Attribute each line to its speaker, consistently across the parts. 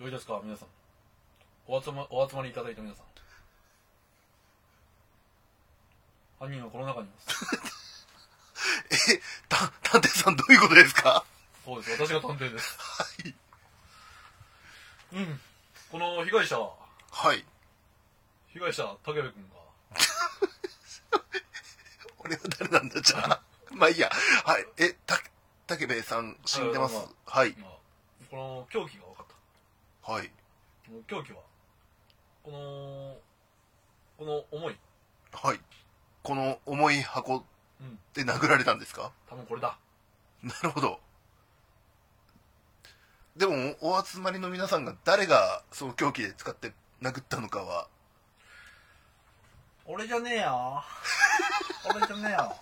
Speaker 1: よいですか皆さんお集まお集まりいただいた皆さん犯人はこの中にいます
Speaker 2: え、た、探偵さんどういうことですか
Speaker 1: そうです私が探偵です
Speaker 2: はい。
Speaker 1: うんこの被害者
Speaker 2: はい。
Speaker 1: 被害者武部君が
Speaker 2: 俺は誰なんだ、じゃあ。まあいいや。はい。え、た、竹部さん死んでます
Speaker 1: はい。
Speaker 2: はい。
Speaker 1: 今この凶器が分かった
Speaker 2: はい。
Speaker 1: この凶器はこのこの重い
Speaker 2: はい。この重い箱
Speaker 1: うん
Speaker 2: で殴られたんですか
Speaker 1: 多分これだ
Speaker 2: なるほど。でも、お集まりの皆さんが誰がその凶器で使って殴ったのかは、
Speaker 1: 俺じゃねえ よ俺じゃねえよ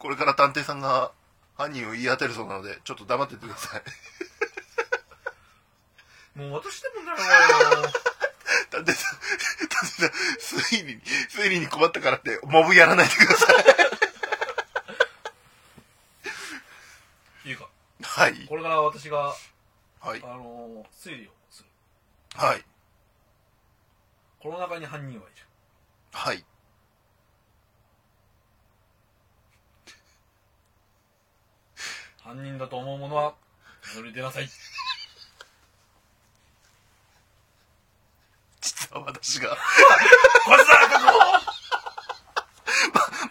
Speaker 2: これから探偵さんが犯人を言い当てるそうなので、ちょっと黙っててください。
Speaker 1: もう私でもない わよ
Speaker 2: 探偵さん、探偵さん、推理に、推理に困ったからって、モブやらないでください。
Speaker 1: いいか
Speaker 2: はい。
Speaker 1: これから私が
Speaker 2: はい
Speaker 1: あ。の推理をする
Speaker 2: はい。
Speaker 1: この中に犯人はいる
Speaker 2: はい。
Speaker 1: 犯人だと思うものは名乗り出なさい
Speaker 2: 実は私が。
Speaker 1: こいつだ覚悟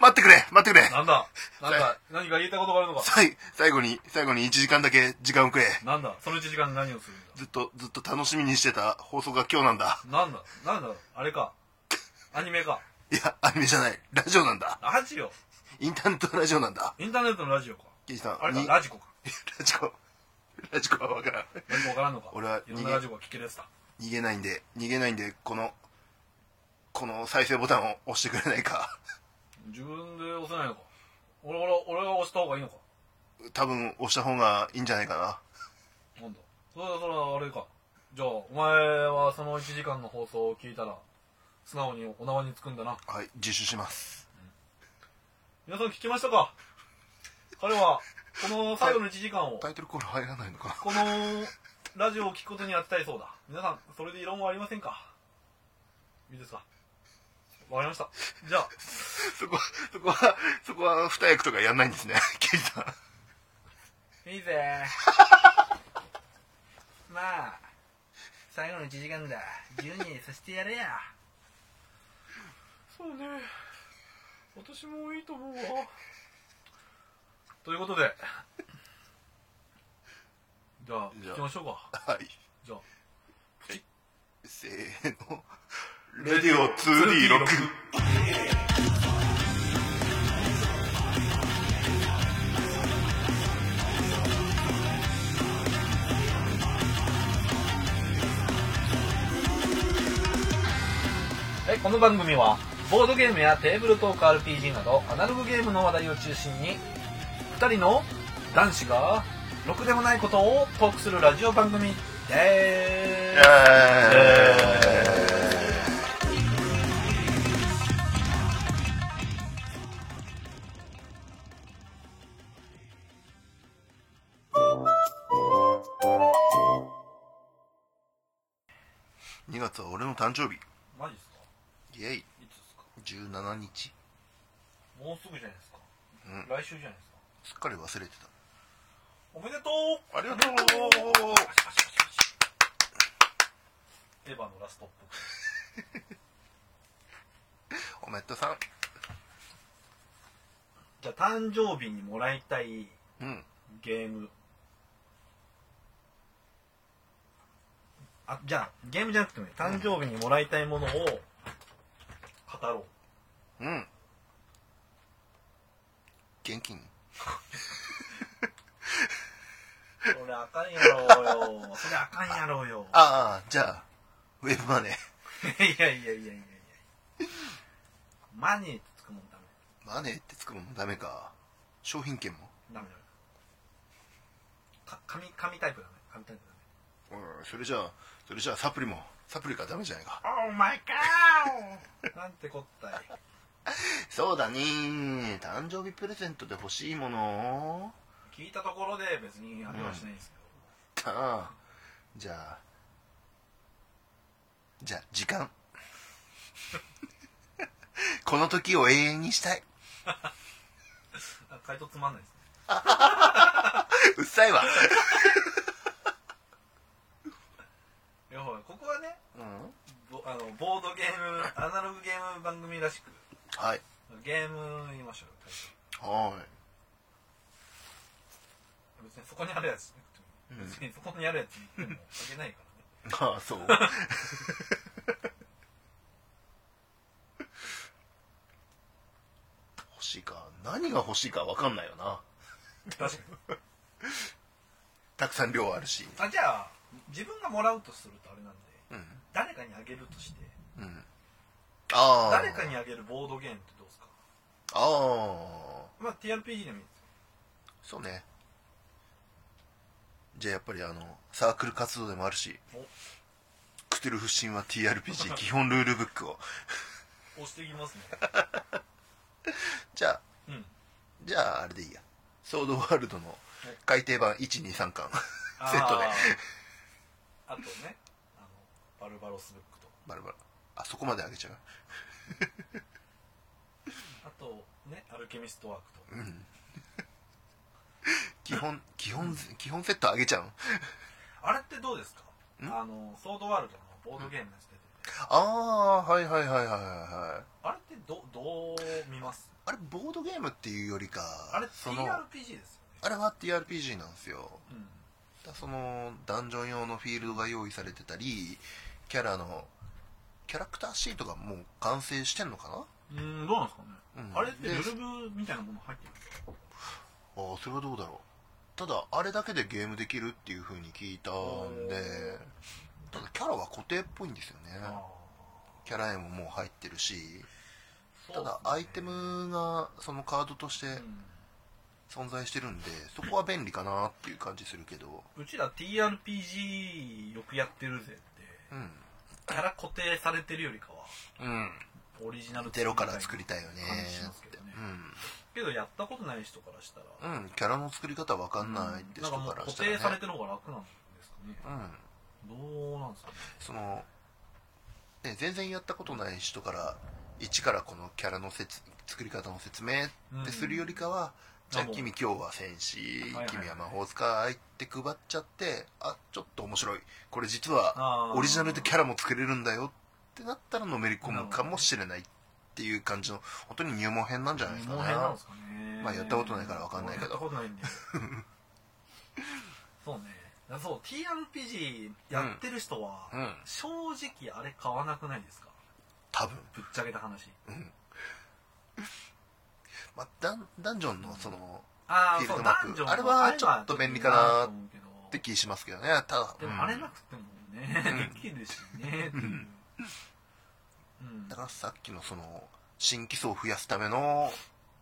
Speaker 2: 待ってくれ待ってくれ
Speaker 1: なんだなんか何か言いたいことがあるのか
Speaker 2: 最、最後に、最後に1時間だけ時間をくれ。
Speaker 1: なんだその1時間に何をするん
Speaker 2: ずっと、ずっと楽しみにしてた放送が今日なんだ。
Speaker 1: だなんだなんだあれかアニメか
Speaker 2: いや、アニメじゃない。ラジオなんだ。
Speaker 1: ラジオ
Speaker 2: インターネットラジオなんだ。
Speaker 1: インターネットのラジオか
Speaker 2: ケイジさん、
Speaker 1: あれか
Speaker 2: に
Speaker 1: ラジコか
Speaker 2: ラジコ。ラジコはわからん。
Speaker 1: 何かわからんのか
Speaker 2: 俺はい
Speaker 1: ろんなラジオが聞けるやつだ
Speaker 2: 逃げないんで、逃げないんで、この、この再生ボタンを押してくれないか。
Speaker 1: 自分で押せないのか俺俺俺が押した方がいいのか
Speaker 2: 多分押した方がいいんじゃないかな。
Speaker 1: なんだそれはそれはあれかじゃあお前はその1時間の放送を聞いたら素直にお縄につくんだな
Speaker 2: はい、自首します。
Speaker 1: 皆さん聞きましたか彼はこの最後の1時間を
Speaker 2: タイトルコール入らないの か
Speaker 1: このラジオを聞くことに当てたいそうだ皆さんそれで異論はありませんかいいですかわかりましたじゃあ
Speaker 2: そこは、そこは、そこは二役とかやんないんですね。 ケイジさん。
Speaker 3: いい ぜまあ最後の1時間だ自由にさせてやれや
Speaker 1: そうね私もいいと思うわということ でじゃあ
Speaker 2: じゃ
Speaker 1: 行
Speaker 2: あ
Speaker 1: きましょうか
Speaker 2: はい。
Speaker 1: じゃあ
Speaker 2: せーの。レディオ 2D6。
Speaker 3: はいこの番組はボードゲームやテーブルトーク RPG などアナログゲームの話題を中心に2人の男子がろくでもないことをトークするラジオ番組で
Speaker 2: イ
Speaker 3: す
Speaker 2: エーイ2月は俺の誕生日
Speaker 1: マジですか
Speaker 2: イエイ
Speaker 1: いつですか
Speaker 2: 17日
Speaker 1: もうすぐじゃないですか、
Speaker 2: うん
Speaker 1: 来週じゃないですか
Speaker 2: すっかり忘れて
Speaker 1: おめでとう
Speaker 2: たありがとう
Speaker 1: パチパチパチパチエヴァのラストっぽく
Speaker 2: おめでとうさ
Speaker 1: じゃあ誕生日にもらいたい
Speaker 2: んうん
Speaker 1: ゲーム
Speaker 3: あじゃあゲームじゃなくてもいい
Speaker 1: 誕生日にもらいたいものを語ろ
Speaker 2: うん現金
Speaker 1: うそれあかんやろうよそれあかんやろうよ
Speaker 2: ああじゃあウェブマネー
Speaker 1: いやいやいやいやいや
Speaker 3: マネーってつくもんダメ
Speaker 2: マネーってつくのもダメか商品券も
Speaker 3: ダメダメか紙紙タイプダメ紙タイプダメ
Speaker 2: うんそれじゃあそれじゃあサプリもサプリがダメじゃないか
Speaker 3: オーマイ ガーなんてこったい
Speaker 2: そうだねー誕生日プレゼントで欲しいもの
Speaker 3: 聞いたところで別にあれはしないんですけど、
Speaker 2: ったなじゃあじゃあ時間 この時を永遠にしたい
Speaker 1: あ回答つまんないですね
Speaker 2: うっさいわ、
Speaker 1: いやほらここはね
Speaker 2: うん、
Speaker 1: ぼあのボードゲームアナログゲーム番組らしく
Speaker 2: はい
Speaker 1: ゲーム言いましょうよ大将
Speaker 2: は
Speaker 1: 別にそこにあるやつ
Speaker 2: うん
Speaker 1: 別にそこにあるやつ言ってもあげないからね
Speaker 2: いああそう 欲しいか何が欲しいか分かんないよな
Speaker 1: 確かに
Speaker 2: たくさん量あるし
Speaker 1: あじゃあ自分がもらうとするとあれなんで
Speaker 2: うん
Speaker 1: 誰かにあげるとして
Speaker 2: うんああ
Speaker 1: 誰かにあげるボードゲームってどうですか
Speaker 2: ああ
Speaker 1: まあ TRPG でもいいですよ
Speaker 2: そうねじゃあやっぱりあのサークル活動でもあるし
Speaker 1: お
Speaker 2: クトゥルフ神話 TRPG 基本ルールブックを
Speaker 1: 押していきますね
Speaker 2: じゃあ
Speaker 1: うん
Speaker 2: じゃああれでいいやソードワールドの改訂版123巻
Speaker 1: あー
Speaker 2: セットで
Speaker 1: あとねあのバルバロスブックと
Speaker 2: バラバラあそこまであげちゃう
Speaker 1: あとねアルケミストワークと
Speaker 2: うん基本基本、基本セットあげちゃう
Speaker 1: あれってどうですか
Speaker 2: ん
Speaker 1: あのソードワールドのボードゲームのやつ出てて
Speaker 2: ああはいはいはいはいはいはい
Speaker 1: あれってどどう見ます
Speaker 2: あれボードゲームっていうよりか
Speaker 1: あれ
Speaker 2: その
Speaker 1: TRPG ですよね
Speaker 2: あれは TRPG なんですよ
Speaker 1: うん
Speaker 2: だそのダンジョン用のフィールドが用意されてたりキャラのキャラクターシートがもう完成してんのか
Speaker 1: うーんどうなんですかね、
Speaker 2: うん
Speaker 1: あれって
Speaker 2: で
Speaker 1: ルルブみたいなもの入ってるんですか
Speaker 2: なああそれはどうだろうただあれだけでゲームできるっていう風に聞いたんで
Speaker 1: へ
Speaker 2: ただキャラは固定っぽいんですよね
Speaker 1: あ
Speaker 2: キャラ絵ももう入ってるし
Speaker 1: ー
Speaker 2: ただ
Speaker 1: そう
Speaker 2: ア
Speaker 1: で
Speaker 2: イ
Speaker 1: すね
Speaker 2: テムがそのカードとして
Speaker 1: う
Speaker 2: 存在してるんでそこは便利かなっていう感じするけど
Speaker 1: んうちら TRPG よくやってるぜって
Speaker 2: うん
Speaker 1: キャラ固定されてるよりかは
Speaker 2: うん
Speaker 1: オリジナル
Speaker 2: ゼロから作りたいよね
Speaker 1: 感じしますけどね
Speaker 2: うん
Speaker 1: けどやったことない人からしたら
Speaker 2: うん、キャラの作り方わかんないって
Speaker 1: な
Speaker 2: 人
Speaker 1: んかもう
Speaker 2: から
Speaker 1: 固
Speaker 2: したら、ね、
Speaker 1: 定されてる方が楽なんですかね
Speaker 2: うん、
Speaker 1: どうなんですかね
Speaker 2: その、ね、全然やったことない人から一からこのキャラのせつ作り方の説明ってするよりかは、
Speaker 1: うん
Speaker 2: じゃ
Speaker 1: あ
Speaker 2: あ
Speaker 1: もう
Speaker 2: 君今日は戦士
Speaker 1: はいはい
Speaker 2: 君は魔法使いって配っちゃってあちょっと面白いこれ実はオリジナルでキ
Speaker 1: ャ
Speaker 2: ャラも作れるんだよってなったらのめり込むかもしれないっていう感じの本当に入門編なんじゃないですかね
Speaker 1: もう変なんですかね
Speaker 2: まあやったことないからわかんないけど
Speaker 1: やったことないんでそうねだからそう TRPG やってる人は、
Speaker 2: うん
Speaker 1: 正直あれ買わなくないですか
Speaker 2: 多分
Speaker 1: ぶっちゃけた話
Speaker 2: まあ、ダンダンジョンのその、
Speaker 1: ああ
Speaker 2: フィー
Speaker 1: そ
Speaker 2: ル
Speaker 1: う
Speaker 2: ドマッ
Speaker 1: 男
Speaker 2: プ
Speaker 1: 女の
Speaker 2: あれはちょっと便利かな
Speaker 1: と思うけど
Speaker 2: って気しますけどねただ
Speaker 1: で
Speaker 2: う
Speaker 1: も
Speaker 2: ん
Speaker 1: あれなくてもね、できるしねっていう、うん、
Speaker 2: だからさっきのその新規層を増やすための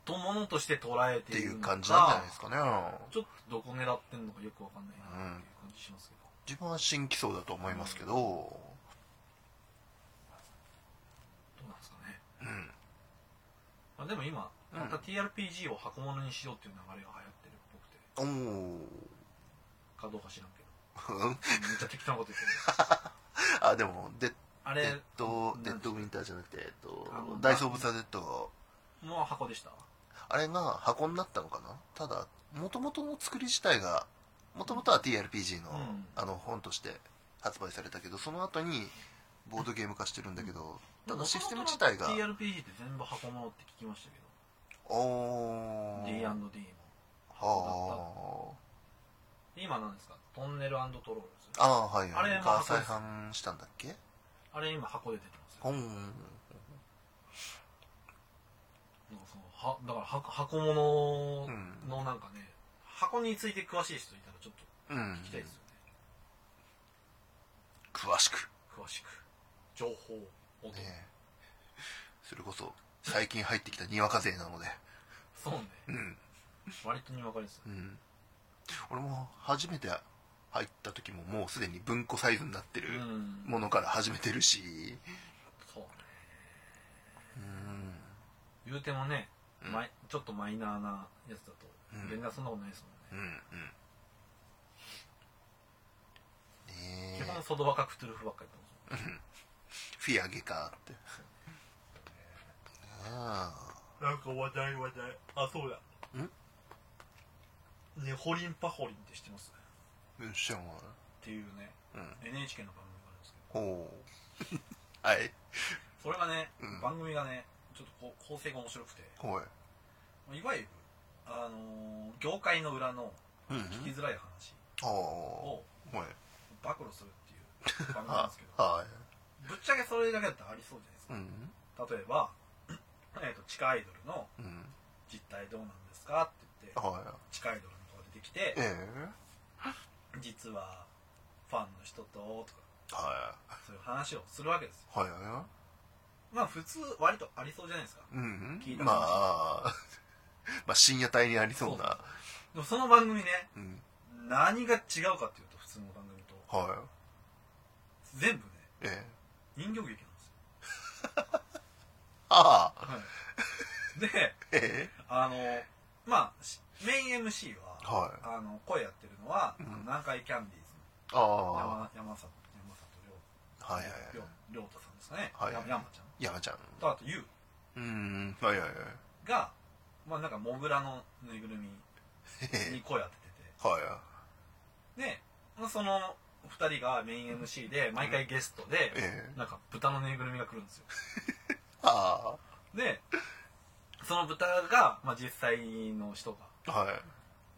Speaker 1: とものとして捉え
Speaker 2: ってて
Speaker 1: い
Speaker 2: い
Speaker 1: る
Speaker 2: う
Speaker 1: のか
Speaker 2: 感じなんじゃないですかね
Speaker 1: ちょっとどこ狙ってんのかよくわかんないなっていう感じしますけど、
Speaker 2: 自分は新規層だと思いますけど
Speaker 1: どうなんですかね
Speaker 2: うん
Speaker 1: まあ、でも今
Speaker 2: うん
Speaker 1: また TRPG を箱物にしようっていう流れが流行ってるっぽくて
Speaker 2: おお
Speaker 1: かどうか知らんけどめっちゃ適当なこと言ってる
Speaker 2: あでもデッ
Speaker 1: あ
Speaker 2: デ
Speaker 1: れ
Speaker 2: ッド
Speaker 1: なん
Speaker 2: デッドウィンターじゃなくて、えっと
Speaker 1: あの、
Speaker 2: ダイソー・オブ・ザ・デッド
Speaker 1: もう箱でした
Speaker 2: あれが箱になったのかなただもともとの作り自体がもともとは TRPG の,、
Speaker 1: うん
Speaker 2: あの本として発売されたけどその後にボードゲーム化してるんだけど、ただシステム自体が
Speaker 1: TRPG って全部箱物って聞きましたけ
Speaker 2: お
Speaker 1: ど
Speaker 2: ー
Speaker 1: D&D も
Speaker 2: は
Speaker 1: で今なんですかトンネルトロールです
Speaker 2: あああはい
Speaker 1: あれ
Speaker 2: なん
Speaker 1: まあ
Speaker 2: か再販したんだっけ
Speaker 1: あれ今箱で出てますよ
Speaker 2: ほん
Speaker 1: なんかそのはだから箱箱物
Speaker 2: うん
Speaker 1: のなんかね、箱について詳しい人いたらちょっと
Speaker 2: うん
Speaker 1: 聞きたいですよね、
Speaker 2: 詳しく
Speaker 1: 詳しく情報音、
Speaker 2: ねえそれこそ最近入ってきたにわか勢なので
Speaker 1: そうね
Speaker 2: うん
Speaker 1: 割とに分かりますよ
Speaker 2: うん俺も初めて入った時ももうすでに文庫サイズになってる
Speaker 1: うん
Speaker 2: ものから始めてるし
Speaker 1: そうね
Speaker 2: うん
Speaker 1: 言うてもね、
Speaker 2: うん
Speaker 1: マイちょっとマイナーなやつだと
Speaker 2: うん
Speaker 1: 全然そんなことないですもんね、
Speaker 2: うんうん
Speaker 1: ソドバカクトゥルフばっかりだった
Speaker 2: フィアゲかってあ
Speaker 1: なんか話題話題あそうだねホリンパホリンって知ってます
Speaker 2: あよっしゃも
Speaker 1: っていうね
Speaker 2: ううん
Speaker 1: NHK の番組があるんですけど
Speaker 2: ほうはい
Speaker 1: それがね、
Speaker 2: うん
Speaker 1: 番組がねちょっとこう構成が面白くて
Speaker 2: ほい
Speaker 1: いわゆる、あのー業界の裏の
Speaker 2: うん
Speaker 1: 聞きづらい話
Speaker 2: ほ
Speaker 1: を
Speaker 2: うほい
Speaker 1: 暴露するっていう番組なん
Speaker 2: は
Speaker 1: ですけ ど
Speaker 2: は
Speaker 1: ぶっちゃけそれだけだったらありそうじゃないです
Speaker 2: い
Speaker 1: か
Speaker 2: うん
Speaker 1: 例えば、えーと地下アイドルの
Speaker 2: うん
Speaker 1: 実態どうなんですかって言って
Speaker 2: は
Speaker 1: 地下アイドルの子が出てき
Speaker 2: い
Speaker 1: て
Speaker 2: ええ
Speaker 1: 実はファンの人ととか
Speaker 2: は
Speaker 1: そういう話をするわけですよ
Speaker 2: いは
Speaker 1: まあ普通割とありそうじゃないですか
Speaker 2: いうん
Speaker 1: 聞いた話
Speaker 2: まあまあ深夜帯にありそうな
Speaker 1: でもその番組ね
Speaker 2: うん
Speaker 1: 何が違うかっていうと普通の番組と
Speaker 2: は
Speaker 1: 全部ね
Speaker 2: いええ
Speaker 1: 人形劇なんですよ
Speaker 2: ああ
Speaker 1: はい、 で
Speaker 2: ええ
Speaker 1: あのまあしメイン MC は、
Speaker 2: はい
Speaker 1: あの声やってるのは、
Speaker 2: うん
Speaker 1: あの南海キャンディーズ
Speaker 2: ああ
Speaker 1: の
Speaker 2: は
Speaker 1: 山山里山
Speaker 2: いはい
Speaker 1: 里亮
Speaker 2: はい
Speaker 1: 亮太さんですかね、
Speaker 2: はい
Speaker 1: や山ちゃん
Speaker 2: 山ちゃん
Speaker 1: とあと YOU
Speaker 2: うんはいはいはい
Speaker 1: がまあなんかモグラのぬいぐるみに
Speaker 2: え
Speaker 1: 声当て
Speaker 2: えは
Speaker 1: ててで、まあ、その2人がメイン MC で毎回ゲストで
Speaker 2: い、ええ
Speaker 1: なんか豚のぬいぐるみが来るんですよ
Speaker 2: あ
Speaker 1: でその豚が、まあ、実際の人が
Speaker 2: あはい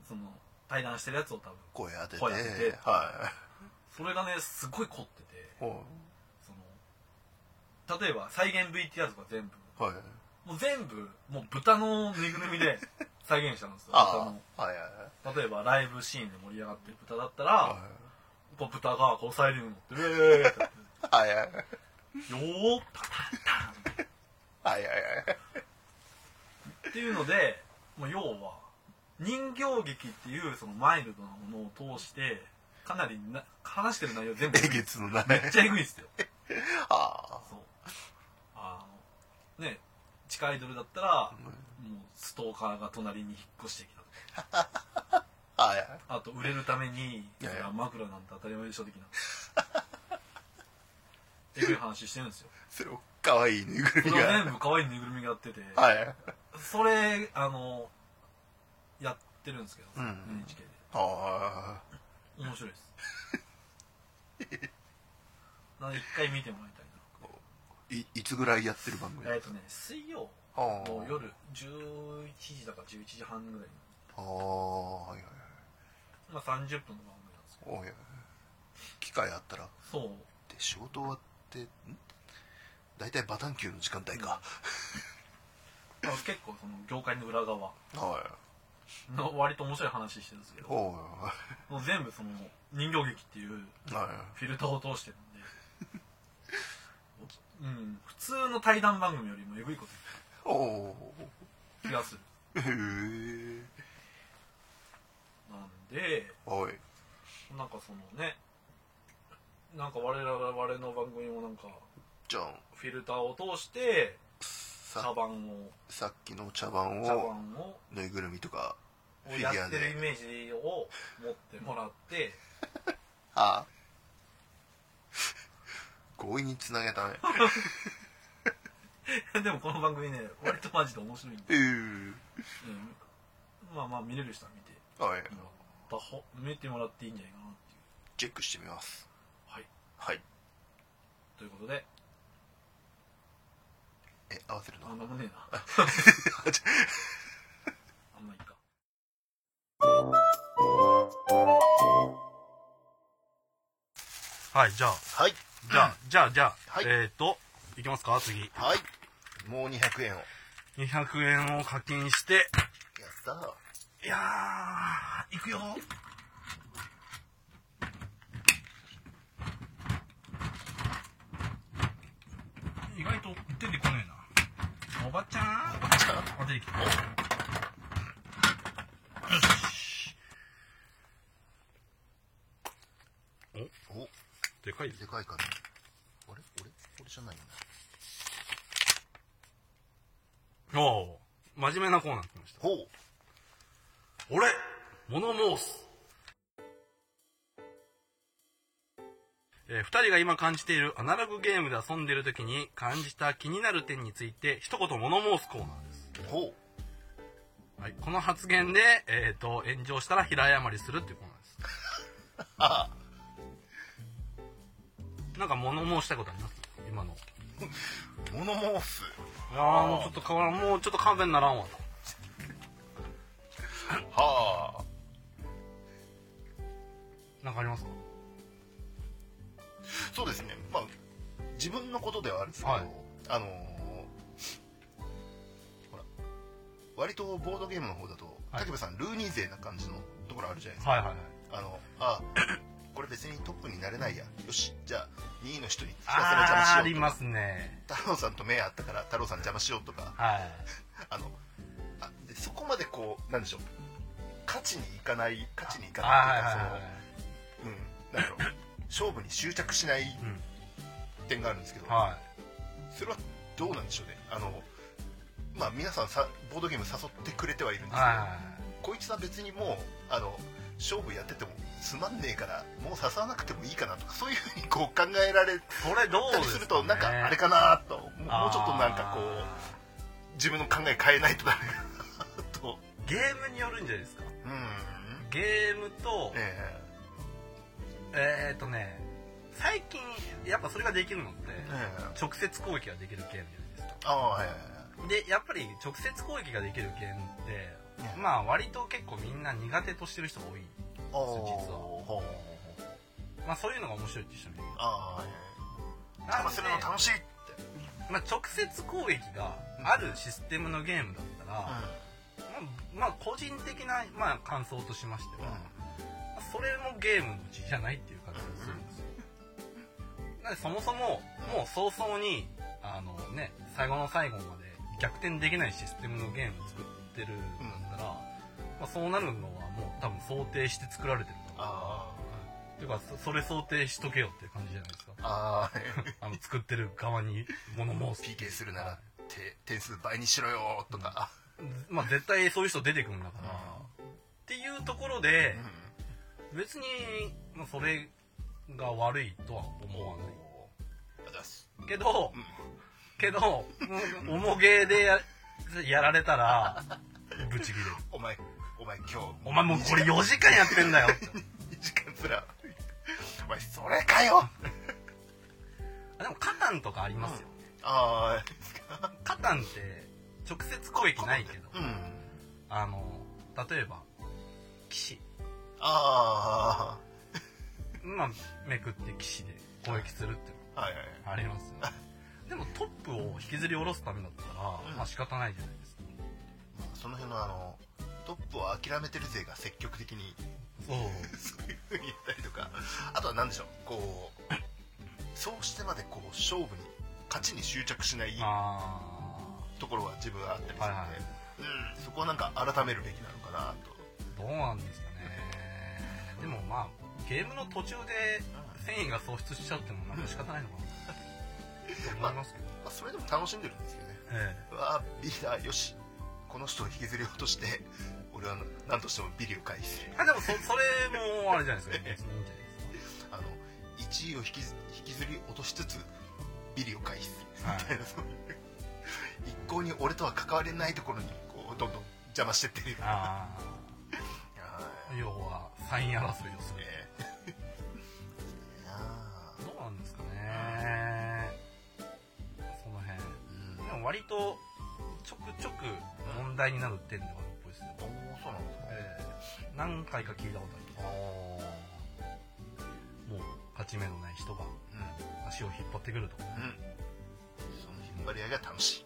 Speaker 1: その対談してるやつを多分
Speaker 2: 声当てて
Speaker 1: 声当てて
Speaker 2: は
Speaker 1: それがねすごい凝ってて
Speaker 2: いほ
Speaker 1: その例えば再現 VTR とか全部
Speaker 2: うはい
Speaker 1: もう全部もう豚のぬいぐるみで 再現したんですよ
Speaker 2: ああはいはい
Speaker 1: 豚の例えばライブシーンで盛り上がってる豚だった
Speaker 2: は
Speaker 1: らこう豚がこうサイリウム乗って「ウェーイ!」って
Speaker 2: いはいは
Speaker 1: 「
Speaker 2: い
Speaker 1: よーっ!」
Speaker 2: はいはい
Speaker 1: っていうのでもう要は人形劇っていうそのマイルドなものを通してかなりな話してる内容全部
Speaker 2: えげつのな
Speaker 1: め
Speaker 2: い
Speaker 1: っちゃエグいっすよ
Speaker 2: あ
Speaker 1: そうあのね地下アイドルだったら
Speaker 2: あ
Speaker 1: もうストーカーが隣に引っ越してきたとか
Speaker 2: はいはい
Speaker 1: あと売れるために
Speaker 2: いやいや
Speaker 1: 枕なんて当たり前でしょ的なっていう話してるんですよ
Speaker 2: それを可愛い ぬいぐ
Speaker 1: こ
Speaker 2: るみ
Speaker 1: れは
Speaker 2: が
Speaker 1: 全部可愛いぬいぐるみがやってて
Speaker 2: はいはい
Speaker 1: それあのやってるんですけど、
Speaker 2: うん
Speaker 1: NHK で
Speaker 2: あ
Speaker 1: 面白いですなんで一回見てもらいたい
Speaker 2: あいいつぐらいやってる番組
Speaker 1: なえっとね水曜
Speaker 2: ああ
Speaker 1: の夜11時だか11時半ぐらい
Speaker 2: ああはいはい
Speaker 1: にまあ30分の番組なんですけ
Speaker 2: おや機会あったら
Speaker 1: どそう
Speaker 2: で仕事終わってん大体バタン球の時間帯か、
Speaker 1: まあ結構その業界の裏側
Speaker 2: は
Speaker 1: の割と面白い話してるんですけ
Speaker 2: い
Speaker 1: ど
Speaker 2: おう
Speaker 1: もう全部その人形劇っていう
Speaker 2: は
Speaker 1: フィルターを通してるんで うん普通の対談番組よりもえぐいこと
Speaker 2: いおう
Speaker 1: 言ってる気がする
Speaker 2: へえ
Speaker 1: なんで
Speaker 2: はい
Speaker 1: なんかそのねなんか我々我々の番組もなんか
Speaker 2: じゃあ
Speaker 1: フィルターを通して茶
Speaker 2: さ
Speaker 1: 番を
Speaker 2: さっきの茶番
Speaker 1: 茶
Speaker 2: を
Speaker 1: 番を
Speaker 2: ぬいぐるみとかフ
Speaker 1: を
Speaker 2: ィギュ
Speaker 1: や
Speaker 2: ア
Speaker 1: ってるイ
Speaker 2: で
Speaker 1: メージを持ってもらって
Speaker 2: ああ 強引につなげたね
Speaker 1: でもこの番組ね割とマジで面白いんで、
Speaker 2: うー
Speaker 1: うん、まあまあ見れる人は見て
Speaker 2: はい
Speaker 1: もらったほ見てもらっていいんじゃないかなっていう
Speaker 2: チェックしてみます
Speaker 1: はい
Speaker 2: はい
Speaker 1: ということで
Speaker 2: え合わせるの
Speaker 1: あんまもねえなあんまいいかはいじゃあ
Speaker 2: はい
Speaker 1: じゃあ、じゃあ、じゃあ、
Speaker 2: はい
Speaker 1: えーっと、いきますか、次。
Speaker 2: はいもう200円をやっ
Speaker 1: 200円を課金して、
Speaker 2: たー
Speaker 1: いやー、いくよ意外と出てこねえな。おばちゃんおばちゃんあ、出てきた。よし。
Speaker 2: お
Speaker 1: でかい
Speaker 2: でかいかなあれ俺俺じゃないよな
Speaker 1: おー真面目なコーナー来ました。
Speaker 2: ほう
Speaker 1: 俺、物申す。えー二人が今感じているアナログゲームで遊んでいる時に感じた気になる点について一言物申すコーナーです。
Speaker 2: ほ
Speaker 1: はい、この発言で、えー、と炎上したら平謝りするっていうことなんです
Speaker 2: あ
Speaker 1: なんか物申したいことあります今の
Speaker 2: う物申す
Speaker 1: ああもうちょっと変わらんもうちょっと勘弁ならんわと
Speaker 2: はあ
Speaker 1: なんかありますか
Speaker 2: そうですねまあ自分のことではあるんですけど、
Speaker 1: はい
Speaker 2: あのーほら割とボードゲームの方だと、
Speaker 1: はい
Speaker 2: 竹部さんルーニー勢な感じのところあるじゃないですか、
Speaker 1: はいはいはい
Speaker 2: あのあこれ別にトップになれないやよしじゃあ2位の人にひたすら邪魔し
Speaker 1: あー
Speaker 2: よ
Speaker 1: あ
Speaker 2: うと
Speaker 1: りますね
Speaker 2: 太郎さんと目合ったから太郎さん邪魔しようとか
Speaker 1: はい
Speaker 2: あのあでそこまでこうなんでしょう勝ちにいかない勝ちにいかない
Speaker 1: あー
Speaker 2: って
Speaker 1: はいいう
Speaker 2: か
Speaker 1: はいはい
Speaker 2: そのうんなんだろう勝負に執着しない
Speaker 1: うん
Speaker 2: 点があるんですけど、
Speaker 1: は
Speaker 2: それはどうなんでしょうねあのまあ皆さんさボードゲーム誘ってくれてはいるんで
Speaker 1: い
Speaker 2: すけど、
Speaker 1: は
Speaker 2: こいつは別にもうあの勝負やっててもつまんねえからもう誘わなくてもいいかなとかそういうふうにこう考えられ
Speaker 1: いこれどう
Speaker 2: た
Speaker 1: で
Speaker 2: り
Speaker 1: すか、ね、
Speaker 2: するとなんかあれかなともう
Speaker 1: あー
Speaker 2: もうちょっとなんかこう自分の考え変えないとダメかなと
Speaker 1: ゲームによるんじゃないですか
Speaker 2: うん
Speaker 1: ゲームとえ
Speaker 2: え
Speaker 1: ー、っとね最近やっぱそれができるのって
Speaker 2: えええ
Speaker 1: 直接攻撃ができるゲームじゃないですか
Speaker 2: ああはいはい
Speaker 1: でやっぱり直接攻撃ができるゲームって、まあ割と結構みんな苦手としてる人が多い、
Speaker 2: はい
Speaker 1: 実は
Speaker 2: ほう
Speaker 1: まあ、そういうのが面白いって一緒に言う
Speaker 2: ああはい
Speaker 1: な
Speaker 2: 邪
Speaker 1: ん
Speaker 2: 魔
Speaker 1: です
Speaker 2: るの楽しいって
Speaker 1: まあ、直接攻撃があるシステムのゲームだった
Speaker 2: うん
Speaker 1: ら、まあ、まあ個人的な、まあ、感想としましては、まあそれもゲームのうちじゃないっていう感じがするんですよなんでそもそももう早々にあのね最後の最後まで逆転できないシステムのゲームを作ってるんだったら、まあ、そうなるのはもう多分想定して作られてるだろ
Speaker 2: あ
Speaker 1: うっていうかそそれ想定しとけよっていう感じじゃない ですか
Speaker 2: あああ
Speaker 1: あの作ってる側に物申す
Speaker 2: PK するならて点数倍にしろよとか
Speaker 1: まあ絶対そういう人出てくるんだから、っていうところで
Speaker 2: うん
Speaker 1: 別に、まあ、それが悪いとは思わない
Speaker 2: ありがとうございます
Speaker 1: けど、
Speaker 2: うん
Speaker 1: けど、おもげでややられたら、ブチギレる。
Speaker 2: お前お前今日
Speaker 1: お前もうこれ4時間やってんだよって
Speaker 2: 2時間すらお前それかよ
Speaker 1: あ でも、カタンとかありますよ。
Speaker 2: ああ
Speaker 1: カタンって、直接攻撃ないけど、
Speaker 2: うん
Speaker 1: あの、例えば、騎士。
Speaker 2: あ
Speaker 1: まあ、めくって騎士で攻撃するっていう
Speaker 2: あはいはい
Speaker 1: のがありますよね。でも、トップを引きずり下ろすためだったら、まあ仕方ないじゃないですか。
Speaker 2: まあその辺のあのトップを諦めてる勢が積極的に
Speaker 1: そう。
Speaker 2: そういうふうに言ったりとかあとは何でしょうこうそうしてまでこう勝負に勝ちに執着しない
Speaker 1: あ
Speaker 2: ところは自分はあったりするんで、
Speaker 1: はいはい
Speaker 2: うん、そこはなんか改めるべきなのかなと
Speaker 1: ー、どうなんですかね。でもまあ、ゲームの途中で繊維が喪失しちゃうってもなんか仕方ないのかなと 思いますけど、
Speaker 2: まあ、それでも楽しんでるんですよね
Speaker 1: え
Speaker 2: うわービリだよしこの人を引きずり落として俺は何としてもビリを返して
Speaker 1: えあでもそそれもあれじゃないですか 別にいいんじゃないで
Speaker 2: あの1位を引きず引きずり落としつつビリを返す
Speaker 1: すか、はい
Speaker 2: みたいなそういう一向に俺とは関われないところにこうどんどん邪魔してってる
Speaker 1: あ
Speaker 2: は
Speaker 1: あ
Speaker 2: い
Speaker 1: 要はサイン争いをする
Speaker 2: ね いやー
Speaker 1: どうなんですかねその辺
Speaker 2: うん
Speaker 1: でも割とちょくちょく問題になる点ではあるっぽいですよ、
Speaker 2: おーそうなんですか
Speaker 1: ええ何回か聞いたことありま
Speaker 2: あー
Speaker 1: すもう勝ち目のない人が
Speaker 2: う
Speaker 1: 足を引っ張ってくると
Speaker 2: んうんその引っ張り合いが楽しい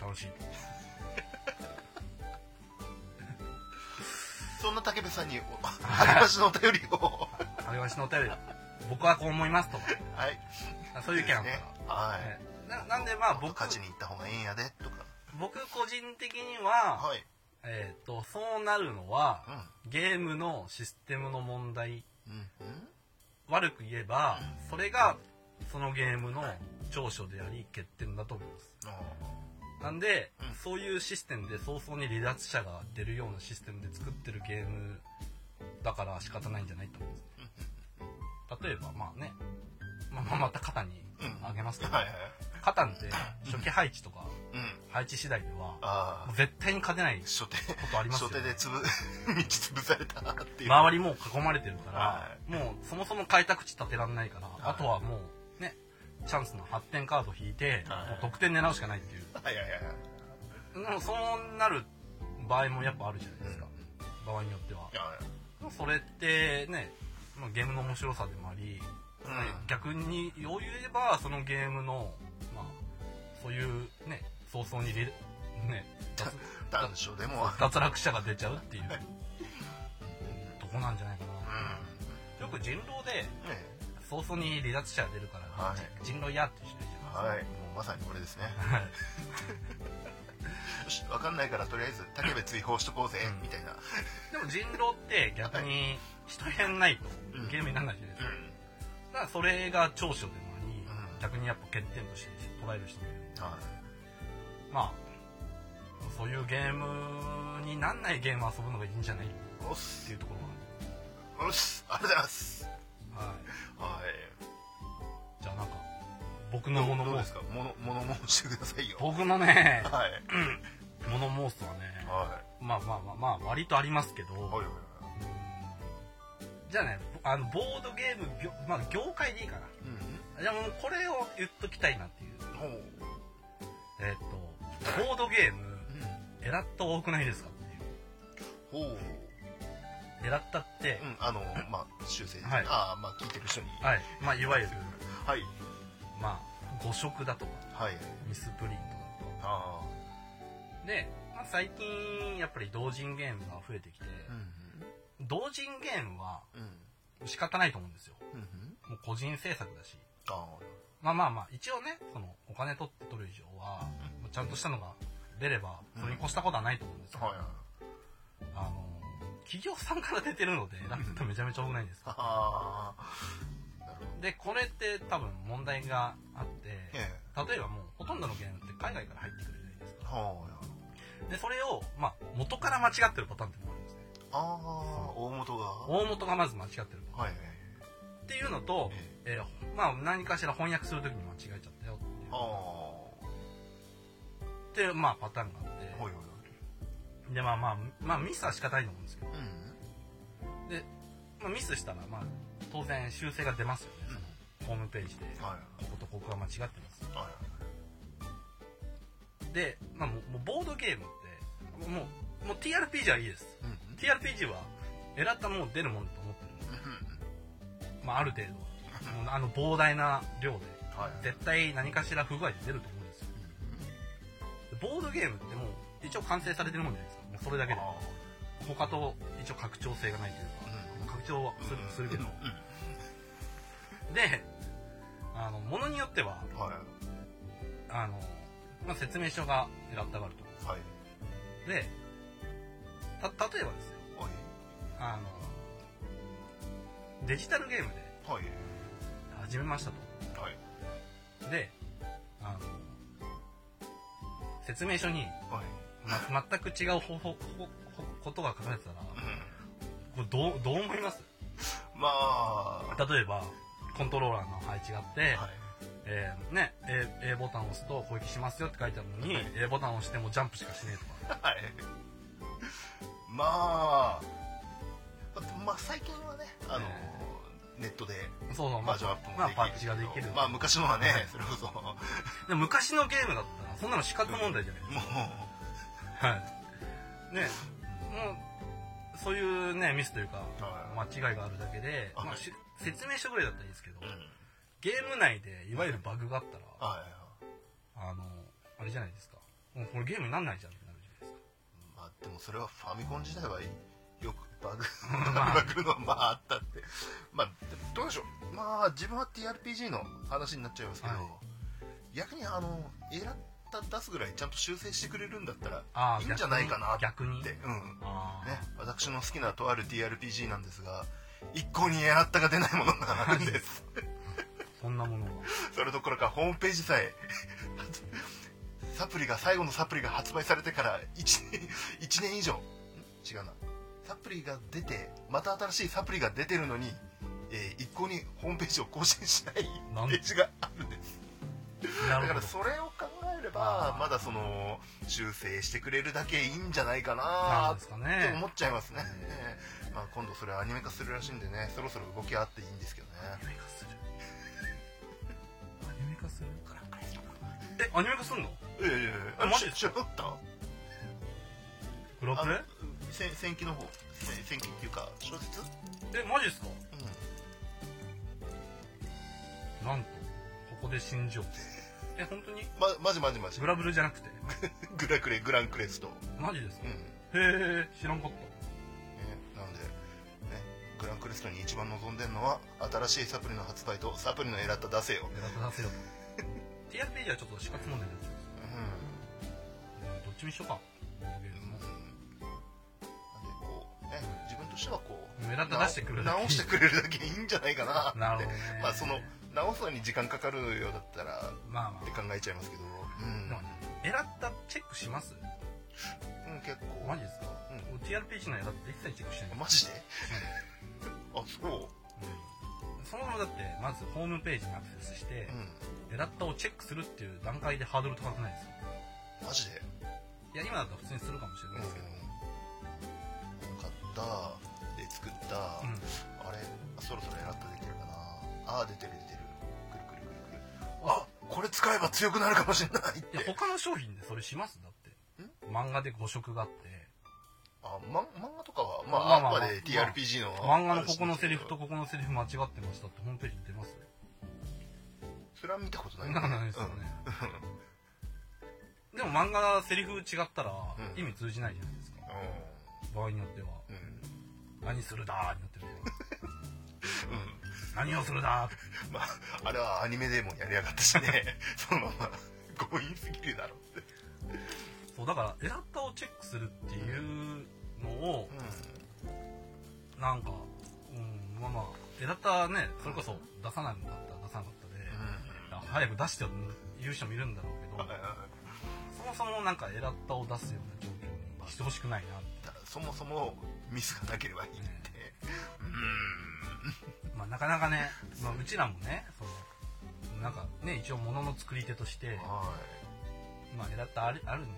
Speaker 1: 楽しい
Speaker 2: そんな武部さんにお励ましのお便りを
Speaker 1: 励ましのお便りだ僕はこう思い ますとか
Speaker 2: はい
Speaker 1: そういう意見あったら、
Speaker 2: ねはい、
Speaker 1: ええななんでまあ僕
Speaker 2: 勝ちに行った方がいいんやでとか
Speaker 1: 僕個人的には、
Speaker 2: はい
Speaker 1: えっ、とそうなるのは
Speaker 2: うん
Speaker 1: ゲームのシステムの問題
Speaker 2: うんうん
Speaker 1: 悪く言えばそれがそのゲームの長所であり欠点だと思います
Speaker 2: あ
Speaker 1: なんで、
Speaker 2: うん
Speaker 1: そういうシステムで早々に離脱者が出るようなシステムで作ってるゲームだから仕方ないんじゃないと思うんですね例えばまあねまあまあ、また肩にあげますけど、
Speaker 2: はいはい
Speaker 1: カタンって初期配置とか
Speaker 2: うん
Speaker 1: 配置次第では
Speaker 2: あ
Speaker 1: も
Speaker 2: あ
Speaker 1: う絶対に勝てない
Speaker 2: 初手
Speaker 1: ことありますよ
Speaker 2: 初手でつぶ道潰されたなっていう
Speaker 1: 周りもう囲まれてるから、
Speaker 2: は
Speaker 1: もうそもそも開拓地立てらんないから、あとはもうねチャンスの発展カード引いて、
Speaker 2: はい
Speaker 1: もう得点狙うしかないっていう
Speaker 2: はいはいはいはい
Speaker 1: でもそうなる場合もやっぱあるじゃないですか、場合によってはそれってね、まあ、ゲームの面白さでもあり、
Speaker 2: うん
Speaker 1: 逆によう言えばそのゲームの、まあ、そういうね早々にリレね 脱
Speaker 2: 男女でも
Speaker 1: 脱落者が出ちゃうって いうとこなんじゃないかなよく人狼で
Speaker 2: うんね
Speaker 1: 早々に離脱者が出るから、
Speaker 2: はい
Speaker 1: 人狼嫌っていう人いるじゃない
Speaker 2: はいもうまさにこれですね
Speaker 1: はい
Speaker 2: よし分かんないからとりあえず武部追放しとこうぜ
Speaker 1: うん
Speaker 2: みたいな
Speaker 1: でも人狼って逆に人やんないと
Speaker 2: うん
Speaker 1: ゲームにならないじゃないで
Speaker 2: う
Speaker 1: す
Speaker 2: ん
Speaker 1: か、だからそれが長所でもあり、
Speaker 2: うん
Speaker 1: 逆にやっぱ欠点として捉える人もいる
Speaker 2: はい
Speaker 1: まあそういうゲームになんないゲームを遊ぶのがいいんじゃないっ
Speaker 2: おっす
Speaker 1: ていうとこ
Speaker 2: おっすありがとうございます
Speaker 1: ろは、は
Speaker 2: は
Speaker 1: い、
Speaker 2: い
Speaker 1: じゃあなんか僕のモノ
Speaker 2: どう
Speaker 1: モー
Speaker 2: で
Speaker 1: ス
Speaker 2: すか物物申してくださいよ
Speaker 1: 僕のね
Speaker 2: はい
Speaker 1: モノモースはね
Speaker 2: は
Speaker 1: まあまあまあまあ割とありますけど、
Speaker 2: いはいはい
Speaker 1: じゃあねあのボードゲーム業,、まあ、業界でいいかな
Speaker 2: うん
Speaker 1: じゃあもうこれを言っときたいなっていう
Speaker 2: ほう
Speaker 1: えっ、とボードゲーム
Speaker 2: うん
Speaker 1: エラッタ多くないですかっていう
Speaker 2: ほう
Speaker 1: エラッタって
Speaker 2: う、んあのまあ修正
Speaker 1: はい
Speaker 2: ああまあ聞いてる人にはい
Speaker 1: はいまあ、いわゆる、
Speaker 2: はい
Speaker 1: まあ、誤食だとか
Speaker 2: はい
Speaker 1: ミスプリントだとか
Speaker 2: あ
Speaker 1: で、まあ、最近やっぱり同人ゲームが増えてきて、
Speaker 2: あうん
Speaker 1: 同人ゲームは
Speaker 2: うん
Speaker 1: 仕方ないと思うんですよ
Speaker 2: うんうん
Speaker 1: もう個人制作だし
Speaker 2: あ
Speaker 1: まあまあまあ一応ねそのお金取って取る以上はもうちゃんとしたのが出ればそれに越したことはないと思うんですよ、
Speaker 2: あはいはい
Speaker 1: あの企業さんから出てるのでラピットめちゃめちゃ多くないですか
Speaker 2: ああなるほど
Speaker 1: でこれって多分問題があって
Speaker 2: え
Speaker 1: 例えばもうほとんどのゲームって海外から入ってくるじゃないです
Speaker 2: え
Speaker 1: か
Speaker 2: はい
Speaker 1: でそれを、まあ、元から間違ってるパターンっていうのもあるんですね
Speaker 2: ああ大元がは
Speaker 1: 大元がまず間違ってる
Speaker 2: いはい
Speaker 1: っていうのと、えーまあ、何かしら翻訳する時に間違えちゃったよ
Speaker 2: ああ
Speaker 1: っていう、まあ、パターンがあ
Speaker 2: は
Speaker 1: っ
Speaker 2: いはいは
Speaker 1: てでまあまあ、まあ、ミスは仕方ないと思うんですけど
Speaker 2: いうん
Speaker 1: で、まあ、ミスしたら、まあ、当然修正が出ますよねそのホームページで
Speaker 2: はい
Speaker 1: こことここが間違ってます
Speaker 2: はいはい
Speaker 1: で、まあ、もうもうボードゲームってもうもう TRPG はいいです
Speaker 2: うん
Speaker 1: TRPG は選ったもう出るもんだと思ってるんでまあ、ある程度はもうあの膨大な量で
Speaker 2: はい
Speaker 1: 絶対何かしら不具合で出ると思うんですよボードゲームってもう一応完成されてるもんじゃないですかもうそれだけで
Speaker 2: あ
Speaker 1: 他と一応拡張性がないというか、
Speaker 2: うん
Speaker 1: 拡張はするするけど、
Speaker 2: う
Speaker 1: であのものによっては
Speaker 2: んはい
Speaker 1: あの、まあ、説明書が選ったがあると
Speaker 2: はい
Speaker 1: でた例えばですよ
Speaker 2: はい
Speaker 1: あのデジタルゲームで
Speaker 2: はい
Speaker 1: 始めました
Speaker 2: はい
Speaker 1: とであの説明書に
Speaker 2: はい
Speaker 1: ま全く違う方法ほほことが書かれてたらこれどうどう思います
Speaker 2: まあは
Speaker 1: 例えばコントローラーの配置があって、
Speaker 2: い
Speaker 1: えーね、A, A ボタンを押すと攻撃しますよって書いてあるのに、
Speaker 2: はい
Speaker 1: A ボタンを押してもジャンプしかしねえとか
Speaker 2: はいまあまあ最近はねあのネットで
Speaker 1: そうそう、ま
Speaker 2: バ
Speaker 1: あ
Speaker 2: ージョンアップも
Speaker 1: まあ
Speaker 2: で
Speaker 1: パッ
Speaker 2: きるけど
Speaker 1: チができる、
Speaker 2: まあ昔のはねそれこそも
Speaker 1: で昔のゲームだったらそんなの死活問題じゃないで
Speaker 2: う
Speaker 1: すか、はいねもうそういうねミスというか間
Speaker 2: は
Speaker 1: 違いがあるだけで、
Speaker 2: はい
Speaker 1: まあし説明書ぐらいだったらいいですけど、
Speaker 2: うん
Speaker 1: ゲーム内でいわゆるバグがあったら、
Speaker 2: はい
Speaker 1: あのあれじゃないですかもうこれゲームになんないじゃんってなるじゃないですか
Speaker 2: まあでもそれはファミコン自体はよくバグ
Speaker 1: まあ
Speaker 2: バグのまああったってまあどうでしょうまあ自分は TRPG の話になっちゃいますけど、
Speaker 1: はい
Speaker 2: 逆にあのエラッタ出すぐらいちゃんと修正してくれるんだった
Speaker 1: あ
Speaker 2: ら
Speaker 1: ー
Speaker 2: いいんじゃないかなって
Speaker 1: 逆に逆
Speaker 2: うん
Speaker 1: あ
Speaker 2: ね、私の好きなとある TRPG なんですが一向にエラッタが出ないものがあるんです
Speaker 1: そんなものが
Speaker 2: それどころかホームページさえ サプリが最後のサプリが発売されてから1年 ,1 年以上ん違うなサプリが出てまた新しいサプリが出てるのに、え一向にホームページを更新しない
Speaker 1: なん
Speaker 2: ページがあるんです
Speaker 1: な
Speaker 2: だ
Speaker 1: る
Speaker 2: か
Speaker 1: ほど
Speaker 2: らそれを考えれば
Speaker 1: あー
Speaker 2: まだその修正してくれるだけいいんじゃないか
Speaker 1: な
Speaker 2: なん
Speaker 1: ですか
Speaker 2: って
Speaker 1: ね
Speaker 2: 思っちゃいますね、まあ、今度それアニメ化するらしいんでねそろそろ動きあっていいんですけどね
Speaker 1: アニメ化するアニメ化するえアニメ化すんの
Speaker 2: いやいやいや
Speaker 1: あマジですか
Speaker 2: 知らなかった
Speaker 1: グラ
Speaker 2: あ
Speaker 1: プ
Speaker 2: の
Speaker 1: レ
Speaker 2: 戦戦記の方戦戦記っていうか小説
Speaker 1: えマジっすか
Speaker 2: うん
Speaker 1: なんとここで新情報え本当に
Speaker 2: ま、マジマジマジ
Speaker 1: グラブルじゃなくて
Speaker 2: グラクレグランクレスト
Speaker 1: マジですか
Speaker 2: うん、
Speaker 1: へえ
Speaker 2: ね
Speaker 1: 知らんかった
Speaker 2: なんで、ね、グランクレストに一番望んでるのは新しいサプリの発売とサプリの選った出せよ、
Speaker 1: グラブル出せよ TRPG はちょっと死活問題になっちゃうんですよ
Speaker 2: う
Speaker 1: うんどっちにしようか
Speaker 2: んうん、なんでこうね自分としてはこう
Speaker 1: 目立た出してくれるだけ
Speaker 2: 直直してくれるだけいいんじゃないかなって
Speaker 1: なるほどね
Speaker 2: まあその直すのに時間かかるようだったら
Speaker 1: まあま
Speaker 2: って考えちゃいますけどう
Speaker 1: あ
Speaker 2: ん
Speaker 1: でもね狙ったチェックします
Speaker 2: うん結構
Speaker 1: マジですか、
Speaker 2: う
Speaker 1: TRPG の狙って一切チェックしない
Speaker 2: マジであそう
Speaker 1: そもそもだってまずホームページにアクセスして
Speaker 2: う、ん
Speaker 1: 狙ったをチェックするっていう段階でハードル高くないですか
Speaker 2: マジで
Speaker 1: いや今だったら普通にするかもしれ
Speaker 2: う
Speaker 1: なんいですけど、
Speaker 2: 買ったで作っ
Speaker 1: う
Speaker 2: た、
Speaker 1: ん
Speaker 2: あれそろそろ選ったできるかなあー出てる出てるくるくるくるくるあこれ使えば強くなるかもしれないっ
Speaker 1: いや
Speaker 2: て
Speaker 1: 他の商品でそれしますだって漫画で5色があって
Speaker 2: あ、ま、漫画とかはまあ、
Speaker 1: まあまあ
Speaker 2: あくま
Speaker 1: まあ
Speaker 2: で TRPG の、
Speaker 1: 漫画のここのセリフとここのセリフ間違ってましたってホームページに出ます
Speaker 2: それは見たことな
Speaker 1: そ
Speaker 2: い
Speaker 1: んなのないですよね、でも漫画セリフ違ったら
Speaker 2: うん
Speaker 1: 意味通じないじゃないですか
Speaker 2: う
Speaker 1: 場合によっては
Speaker 2: んうん
Speaker 1: 何するだーになってる
Speaker 2: うん、うん
Speaker 1: 何をするだーって
Speaker 2: まああれはアニメでもやりやがった しねそのまま強引すぎるだろって
Speaker 1: そうだから選ったをチェックするっていうのを
Speaker 2: う
Speaker 1: なんか、うん、まあまあ選ったねそれこそ出さないんだったら出さなかったで、
Speaker 2: ん
Speaker 1: あ早く出してよって言う人もいるんだろうけどそもそもなんか選ったを出すような状況にしてほしくないなって
Speaker 2: だからそもそもミスがなければいいってうん
Speaker 1: まあ、なかなかね、まあ、うちらもねそのなんかね一応物の作り手として、
Speaker 2: は
Speaker 1: まあ、選ったあるあるんで
Speaker 2: い、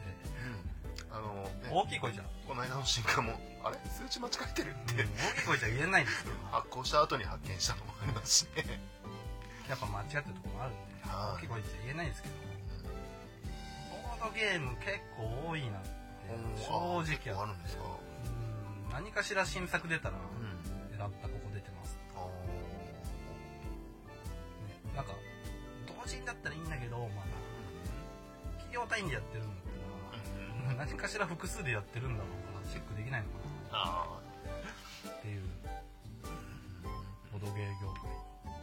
Speaker 2: うん、あの、ね、
Speaker 1: 大きい声じゃ、う
Speaker 2: この間の新刊もあれ数値間違えてるっ
Speaker 1: ん、
Speaker 2: て、
Speaker 1: 大きい声じゃ言えないんですけど
Speaker 2: 発行した後に発見したのもありますしね
Speaker 1: やっぱ間違ってるとこもあるんで
Speaker 2: はい
Speaker 1: 大きい声じゃ言えないんですけどボードゲーム結構多いなって正直
Speaker 2: ああ
Speaker 1: は
Speaker 2: るんですか
Speaker 1: うん何かしら新作出たら
Speaker 2: うん
Speaker 1: 選ったここ出てます、
Speaker 2: ああ
Speaker 1: ね、なんか同時にだったらいいんだけどまあ企業単位でやってるんだったら何かしら複数でやってるんだろうからチェックできないのか
Speaker 2: あ
Speaker 1: なっていうボドゲー業界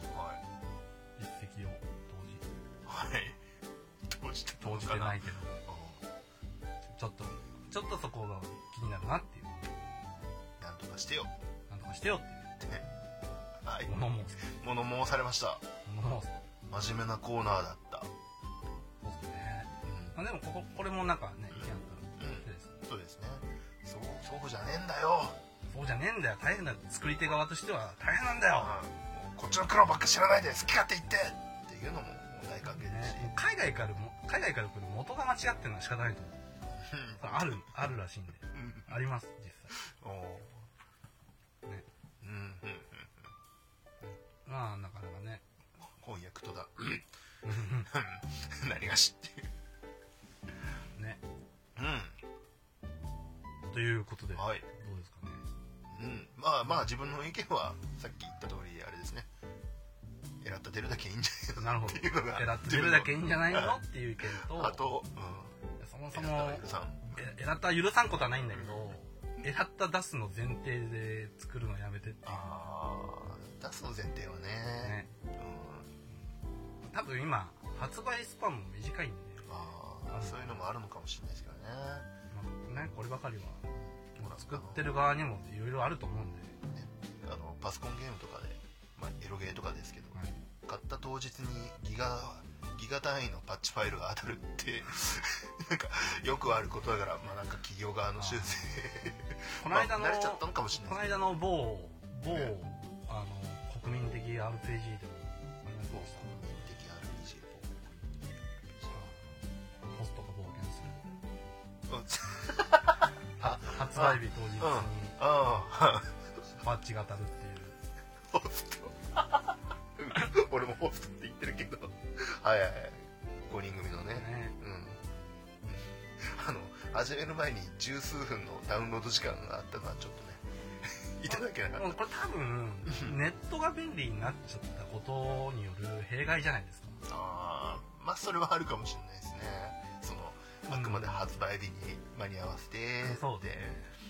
Speaker 2: ーはい
Speaker 1: 一石を投じ
Speaker 2: はいどうして
Speaker 1: 投じてないけど
Speaker 2: あ
Speaker 1: ちょっとちょっとそこが気になるなっていう
Speaker 2: ーなんとかしてよ
Speaker 1: なんとかしてよっていう
Speaker 2: ってねはい
Speaker 1: 物申す
Speaker 2: 物申されました
Speaker 1: 物申す
Speaker 2: 真面目なコーナーだった
Speaker 1: そうですね
Speaker 2: うん
Speaker 1: まあでもこここれもなんかね意見あったら
Speaker 2: うん
Speaker 1: 手ですね
Speaker 2: そうですねそうそうじゃねえんだよ
Speaker 1: そうじゃねえんだよ大変だ作り手側としては大変なんだよ
Speaker 2: うんこっちの苦労ばっか知らないで好き勝手言ってっていうのも問題関係だし、
Speaker 1: ね、海外からも海外から来る元が間違ってるのは仕方ないと思うそれあるあるらしいんで
Speaker 2: うん
Speaker 1: あります実
Speaker 2: おー
Speaker 1: 際ね
Speaker 2: うんうんうん
Speaker 1: まあなかなかね
Speaker 2: 翻訳とだうん何がしっていう
Speaker 1: ね
Speaker 2: う
Speaker 1: ということで、
Speaker 2: んはい、
Speaker 1: どうですかね
Speaker 2: うん、まあまあ自分の意見はさっき言った通りあれですね選った出るだけいいんじゃない
Speaker 1: なるほど
Speaker 2: っていうのが
Speaker 1: 選って出るだけいいんじゃないの
Speaker 2: は
Speaker 1: っていう意見と
Speaker 2: いあと、
Speaker 1: そも
Speaker 2: うん、
Speaker 1: そ
Speaker 2: 選っ
Speaker 1: も
Speaker 2: たは許さん
Speaker 1: え選ったは許さんことはないんだけど選った出すの前提で作るのやめてってい
Speaker 2: ああ出すの前提はね
Speaker 1: うね
Speaker 2: うん
Speaker 1: 多分今発売スパンも短いんで、
Speaker 2: ああそういうのもあるのかもしれないですからね
Speaker 1: まあね、こればかりは
Speaker 2: ほら
Speaker 1: 作ってる側にもいろいろあると思うんで、
Speaker 2: あのパソコンゲームとかで、まあ、エロゲーとかですけど、
Speaker 1: はい
Speaker 2: 買った当日にギガギガ単位のパッチファイルが当たるって なんかよくあることだから、まあ、なんか企業側の修正
Speaker 1: この間の、
Speaker 2: まあ慣れちゃったのかもしれ
Speaker 1: この
Speaker 2: ないで
Speaker 1: 間の某某、
Speaker 2: え
Speaker 1: あの国民的 RPG でもありませんでした
Speaker 2: 敵 RPG
Speaker 1: ホストが冒険する
Speaker 2: うん
Speaker 1: 発売日当日に
Speaker 2: あ
Speaker 1: バッジが当たるって
Speaker 2: あホスト 俺もホストって言ってるけどはいはいはい5人組のね
Speaker 1: いうね
Speaker 2: うんあの始める前に十数分のダウンロード時間があったのはちょっとねいただけなかった
Speaker 1: うんこれ多分ネットが便利になっちゃったことによる弊害じゃないですか
Speaker 2: あーまあそれはあるかもしれないですねそのあくまで発売日に間に合わせて
Speaker 1: うんそう
Speaker 2: で
Speaker 1: ね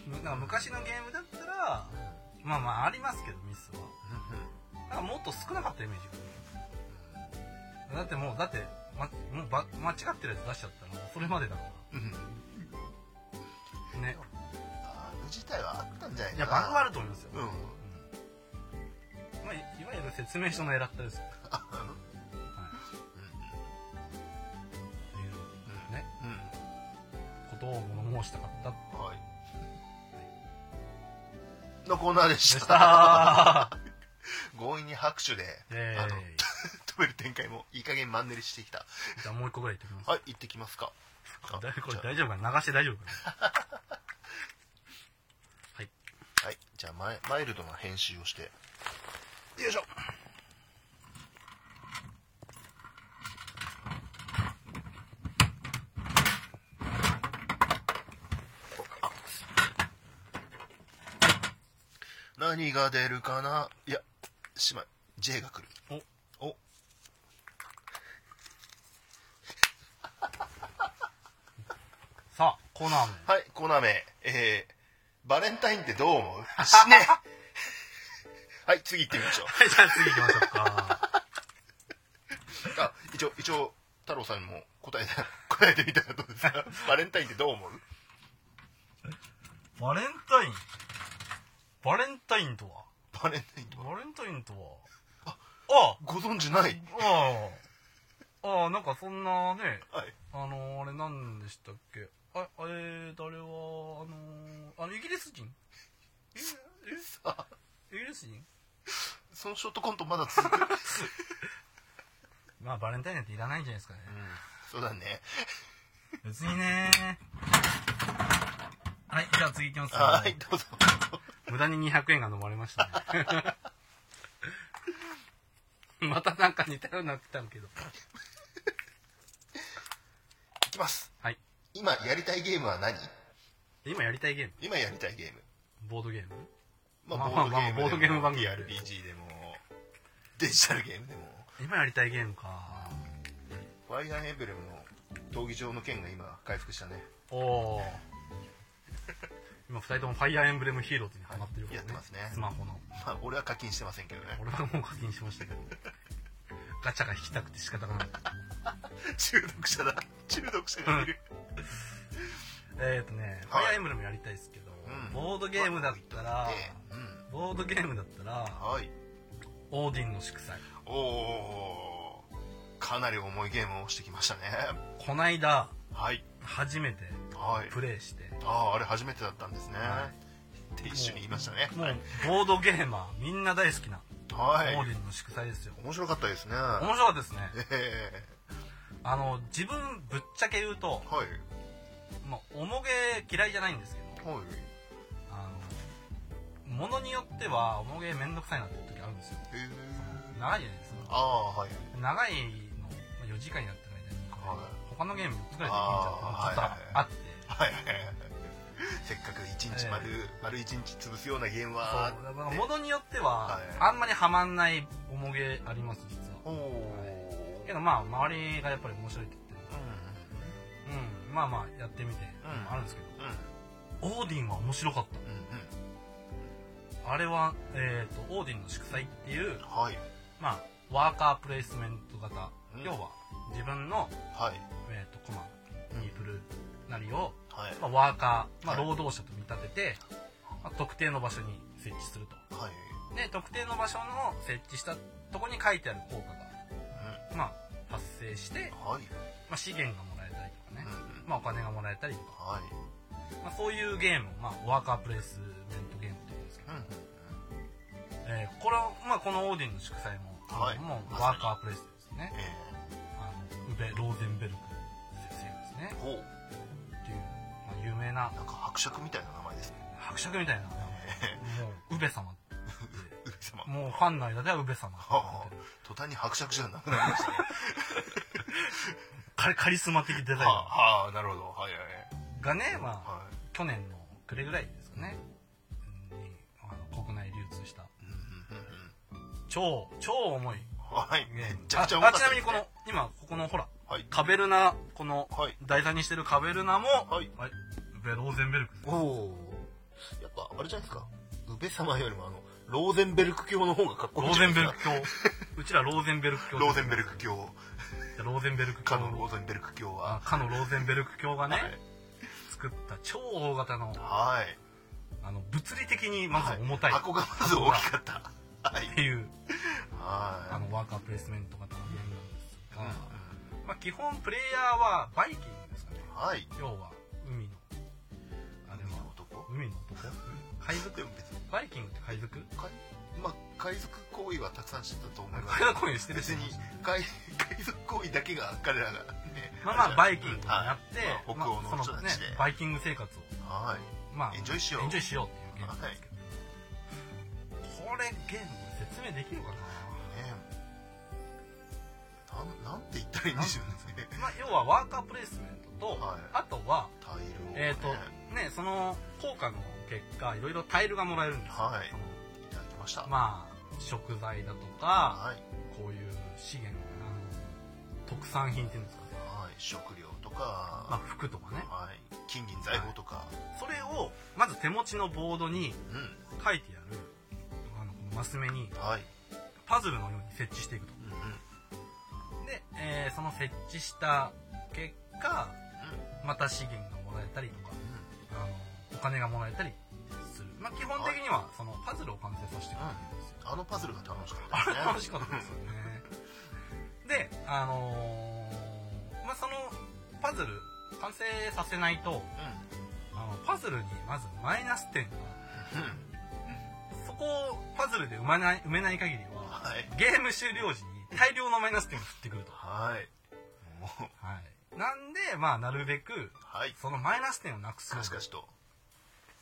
Speaker 1: むなんか昔のゲームだったらまあまあありますけどミスはなんかもっと少なかったイメージがだってもうだって、ま、もうば間違ってるやつ出しちゃったらもうそれまでだか
Speaker 2: うんうん
Speaker 1: らね
Speaker 2: あの自体はあったんじゃない
Speaker 1: い
Speaker 2: か
Speaker 1: や
Speaker 2: な
Speaker 1: バグはあると思いますよ、
Speaker 2: うん
Speaker 1: うんまあ、いいわゆる説明書のエラったですよ、はい、っていうね
Speaker 2: う
Speaker 1: こ
Speaker 2: ん
Speaker 1: とを物申したかった
Speaker 2: うんはいのコーナーでした
Speaker 1: た
Speaker 2: 強引に拍手で
Speaker 1: イエ
Speaker 2: あ
Speaker 1: ー
Speaker 2: の
Speaker 1: イ
Speaker 2: 飛べる展開もいい加減マンネリしてきた
Speaker 1: じゃあもう一個ぐらい言ってきます
Speaker 2: はい行ってきますか
Speaker 1: だいこれ
Speaker 2: じゃ
Speaker 1: 大丈夫かな流して大丈夫かなはい
Speaker 2: あはいじゃあマイマイルドな編集をして
Speaker 1: よいしょ
Speaker 2: 何が出るかないやしまい J が来るお
Speaker 1: さあコーナーも
Speaker 2: はい、コーナー名、えー、バレンタインってどう思う 死ねはい、次行ってみましょう。
Speaker 1: はいじゃあ次行きましょうか
Speaker 2: あ、一応、一応、太郎さんにも答えて、 答えてみたらどうです かバレンタインってどう思う
Speaker 1: バレンタインバレンタインとは
Speaker 2: バレンタインとは
Speaker 1: バレンタインとはあ
Speaker 2: ご存知ない
Speaker 1: ああああなんかそんなね
Speaker 2: はい。
Speaker 1: あのー、あれ何でしたっけああれ誰はあのー、あのイギリス人え
Speaker 2: あ、
Speaker 1: えイギリス人
Speaker 2: そのショートコントまだ続く。うん、
Speaker 1: まあバレンタインなんていらないんじゃないです かね
Speaker 2: そうだね。
Speaker 1: 別にねはいじゃあ次行きますね
Speaker 2: はい、どうぞ。
Speaker 1: 無駄に200円が飲まれましたね またなんか似たようなの来たけど
Speaker 2: いきます。
Speaker 1: はい
Speaker 2: 今やりたいゲームは何
Speaker 1: 今やりたいゲーム
Speaker 2: 今やりたいゲーム。
Speaker 1: ボードゲーム
Speaker 2: ま
Speaker 1: ま
Speaker 2: あ、
Speaker 1: あ
Speaker 2: ボードゲームでも。
Speaker 1: まあボードゲーム番組
Speaker 2: RPG でも、デジタルゲームでも。
Speaker 1: 今やりたいゲームか
Speaker 2: ファイアーエンブレムの闘技場の件が今回復したね
Speaker 1: おお今2人ともファイアーエンブレムヒーローズにハマってるから
Speaker 2: やってますね
Speaker 1: スマホの
Speaker 2: まあ俺は課金してませんけどね
Speaker 1: 俺はもう課金しましたけどガチャが引きたくて仕方がない
Speaker 2: 中毒者だ中毒者がいる
Speaker 1: えっとねフ
Speaker 2: は
Speaker 1: ァ
Speaker 2: い
Speaker 1: イアーエンブレムやりたいですけど、
Speaker 2: うん
Speaker 1: ボードゲームだったら
Speaker 2: ええうん
Speaker 1: ボードゲームだったら
Speaker 2: はい
Speaker 1: オーディンの祝祭
Speaker 2: おおかなり重いゲームをしてきましたね
Speaker 1: こないだ
Speaker 2: はい
Speaker 1: 初めて
Speaker 2: はい
Speaker 1: プレイして
Speaker 2: あああれ初めてだったんですね、
Speaker 1: は
Speaker 2: って一緒に言いましたね
Speaker 1: もうボードゲーマーみんな大好きなオ
Speaker 2: は
Speaker 1: ー
Speaker 2: い
Speaker 1: ディンの祝祭ですよ
Speaker 2: 面白かったですね
Speaker 1: 面白かったですね
Speaker 2: え
Speaker 1: あの自分ぶっちゃけ言うと
Speaker 2: え、はい
Speaker 1: まあ、重げ嫌いじゃないんですけど
Speaker 2: はい
Speaker 1: あのものによっては重げめんどくさいなっていう時あるんですよ
Speaker 2: ええ
Speaker 1: 長いじゃないですか
Speaker 2: ああはい
Speaker 1: 長いのまあ4時間になってる間にこれ
Speaker 2: はい
Speaker 1: 他のゲーム4つぐらいできるんじゃんって
Speaker 2: あ
Speaker 1: こ
Speaker 2: ー
Speaker 1: とがあって
Speaker 2: はい はいはいせっかく一日丸、丸一日潰すようなゲームは
Speaker 1: そうだからものによっては
Speaker 2: はい
Speaker 1: あんまりはまんない重げあります実は
Speaker 2: おお
Speaker 1: けどまあ周りがやっぱり面白いって言ってる
Speaker 2: うん
Speaker 1: うん、まあまあやってみて、
Speaker 2: うん
Speaker 1: あるんですけ
Speaker 2: うん
Speaker 1: どオーディンは面白かっ
Speaker 2: うん
Speaker 1: たあれは、えー、とオーディンの祝祭っていう、
Speaker 2: うんはい
Speaker 1: まあ、ワーカープレイスメント型、
Speaker 2: うん
Speaker 1: 要は自分の、
Speaker 2: はい
Speaker 1: えー、とコマニープルなりを、
Speaker 2: はい
Speaker 1: まあ、ワーカー、まあ、
Speaker 2: はい
Speaker 1: 労働者と見立てて、まあ特定の場所に設置すると
Speaker 2: はい
Speaker 1: で特定の場所の設置したとこに書いてある効果が、まあ、発生して、
Speaker 2: うんはい
Speaker 1: まあ、資源がもらえたりとかね
Speaker 2: う、ん
Speaker 1: まあ、お金がもらえたりとか
Speaker 2: はい
Speaker 1: まあ、そういうゲームを、まあ、ワーカープレイスメントゲームって言うんですけど
Speaker 2: う、んうん
Speaker 1: ええーこれは、まあ、このオーディンの祝祭も、
Speaker 2: はい
Speaker 1: もう
Speaker 2: まさに
Speaker 1: ワーカープレスですね
Speaker 2: え。え
Speaker 1: あの、ウベ・ローゼンベルク先生ですね。
Speaker 2: ほう
Speaker 1: っていう、まあ、有名な、
Speaker 2: なんか伯爵みたいな名前 ですね
Speaker 1: 伯爵みたいな、もう、ウベ様。
Speaker 2: 上様
Speaker 1: もうファンの間ではウベ様。
Speaker 2: はあ途端に伯爵じゃなくなりましたね
Speaker 1: カリカリスマ的デザイン
Speaker 2: はあはあなるほどはいはい
Speaker 1: がね、まあ、
Speaker 2: はい
Speaker 1: 去年の暮れぐらいですかね、にあの国内流通した、
Speaker 2: うんうんうんうん
Speaker 1: 超、超重い
Speaker 2: はい
Speaker 1: ゲーム
Speaker 2: めちゃくちゃ重
Speaker 1: あ
Speaker 2: か
Speaker 1: あ
Speaker 2: った
Speaker 1: ちなみ
Speaker 2: で
Speaker 1: に
Speaker 2: す
Speaker 1: こ
Speaker 2: ね
Speaker 1: の、今、ここのほら、
Speaker 2: はい
Speaker 1: カベルナ、この、
Speaker 2: はい
Speaker 1: 台座にしてるカベルナも、
Speaker 2: はい
Speaker 1: ウベローゼンベルク。
Speaker 2: おおやっぱあれじゃないですか宇部様よりもあのローゼンベルク教の方がかっこい
Speaker 1: ロ
Speaker 2: い
Speaker 1: ー
Speaker 2: んじ
Speaker 1: ゼ
Speaker 2: ゃな
Speaker 1: ン
Speaker 2: いで
Speaker 1: ベ
Speaker 2: す
Speaker 1: ル
Speaker 2: か
Speaker 1: ク教。うちらローゼンベルク教。
Speaker 2: ローゼンベルク教
Speaker 1: ローゼンベルク教
Speaker 2: かのローゼンベルク教
Speaker 1: あ
Speaker 2: は
Speaker 1: かのローゼンベルク教がね、
Speaker 2: はい
Speaker 1: 作った超大型の、
Speaker 2: はい
Speaker 1: あの、物理的にまず重たいっ
Speaker 2: 箱がまず大きかったはい
Speaker 1: ていう、あ
Speaker 2: は
Speaker 1: の、ワーカープレイスメント型のゲームなんですが、まあ、基本プレイヤーはバイキングですかね
Speaker 2: いはい
Speaker 1: 要は海のあれ
Speaker 2: 海の
Speaker 1: は
Speaker 2: 男
Speaker 1: 海の男海賊
Speaker 2: でも別に
Speaker 1: バイキングって海賊
Speaker 2: かいまあ海賊行為はたくさんしてたと思いま す
Speaker 1: 海賊行為してる
Speaker 2: 別
Speaker 1: し
Speaker 2: に海海賊行為だけが彼らがね
Speaker 1: まあまあバイキングに
Speaker 2: はい
Speaker 1: なって、
Speaker 2: まあ北欧の人た
Speaker 1: まあ
Speaker 2: ち
Speaker 1: そ
Speaker 2: で
Speaker 1: ね、バイキング生活を、
Speaker 2: は
Speaker 1: まあ、
Speaker 2: エンジョイしよう
Speaker 1: エンジョイしようっていうゲームなんですけど、これゲーム説明できるかない
Speaker 2: ねなんなんて言ったらいいんでしょうね
Speaker 1: まあ、要はワーカープレイスメントと、
Speaker 2: はい
Speaker 1: あとは
Speaker 2: タイルをね
Speaker 1: えっ、とねその効果の結果いろいろタイルがもらえるんですよ、
Speaker 2: はい
Speaker 1: その
Speaker 2: いただきました
Speaker 1: まあ食材だとか
Speaker 2: はい
Speaker 1: こういう資源あの特産品っていうんですかね、
Speaker 2: はい食料と
Speaker 1: まあ、
Speaker 2: か
Speaker 1: 服とかね
Speaker 2: はい金銀財宝とか
Speaker 1: それをまず手持ちのボードに
Speaker 2: うん
Speaker 1: 書いてあるあのこのマス目に
Speaker 2: はい
Speaker 1: パズルのように設置していくと
Speaker 2: うんうんうん
Speaker 1: で、えーその設置した結果また資源がもらえたりとかあのお金がもらえたりする、まあ、基本的にはそのパズルを完成させていくんですよ
Speaker 2: あのパズルが楽しかった
Speaker 1: あ
Speaker 2: で
Speaker 1: れ
Speaker 2: すね
Speaker 1: 楽しかったですよね。で、あのーまあ、その、パズル、完成させないと、あの、パズルにまずマイナス点が、
Speaker 2: うんうん
Speaker 1: そこをパズルで埋めない、埋めない限りは、
Speaker 2: はい
Speaker 1: ゲーム終了時に大量のマイナス点が降ってくると。は
Speaker 2: はいもう
Speaker 1: い。なんで、まあ、なるべく、
Speaker 2: はい
Speaker 1: そのマイナス点をなくすよ
Speaker 2: カ
Speaker 1: う
Speaker 2: シ
Speaker 1: に
Speaker 2: カシと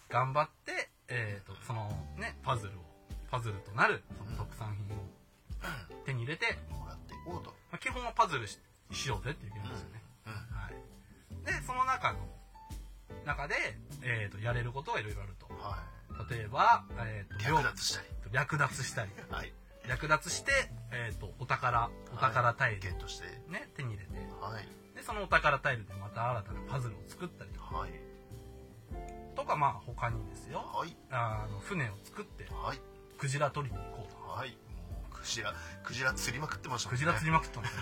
Speaker 1: 頑張って、えっ、と、そのね、パズルを、パズルとなる、その特産品を手に入れて、
Speaker 2: もらっていこうと
Speaker 1: まあ、基本はパズルししようぜっていうゲームですよね、
Speaker 2: うんうん
Speaker 1: はい、でその中の中で、えー、とやれることはいろいろある
Speaker 2: は
Speaker 1: と例えば、えー、
Speaker 2: い
Speaker 1: と
Speaker 2: 略奪したり
Speaker 1: 領略奪したり
Speaker 2: はい
Speaker 1: 略奪して、えー、とお宝お宝タイル、
Speaker 2: ゲットして
Speaker 1: ね、手に入れて
Speaker 2: はい
Speaker 1: でそのお宝タイルでまた新たなパズルを作ったりとか
Speaker 2: はい
Speaker 1: とかまあ他にですよ
Speaker 2: はい
Speaker 1: あの船を作って
Speaker 2: はい
Speaker 1: クジラ取りに行こうと
Speaker 2: はいもうクジラクジラ釣りまくってました
Speaker 1: ク
Speaker 2: もんね
Speaker 1: ジラ釣りまくったんです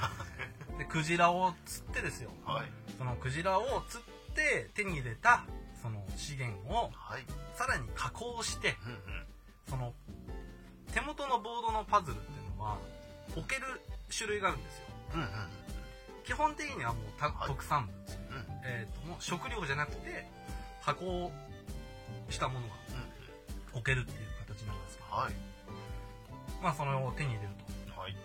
Speaker 1: よ、 でクジラを釣ってですよ、
Speaker 2: はい
Speaker 1: そのクジラを釣って手に入れたその資源を
Speaker 2: はい
Speaker 1: さらに加工して
Speaker 2: うんうん
Speaker 1: その手元のボードのパズルっていうのは置ける種類があるんですよ
Speaker 2: うん
Speaker 1: 基本的にはもうた
Speaker 2: はい
Speaker 1: 特産物、
Speaker 2: うんうんうん
Speaker 1: えー、ともう食料じゃなくて加工したものが置けるっていう形なんですけど
Speaker 2: はい
Speaker 1: まあそれを手に入れる
Speaker 2: はい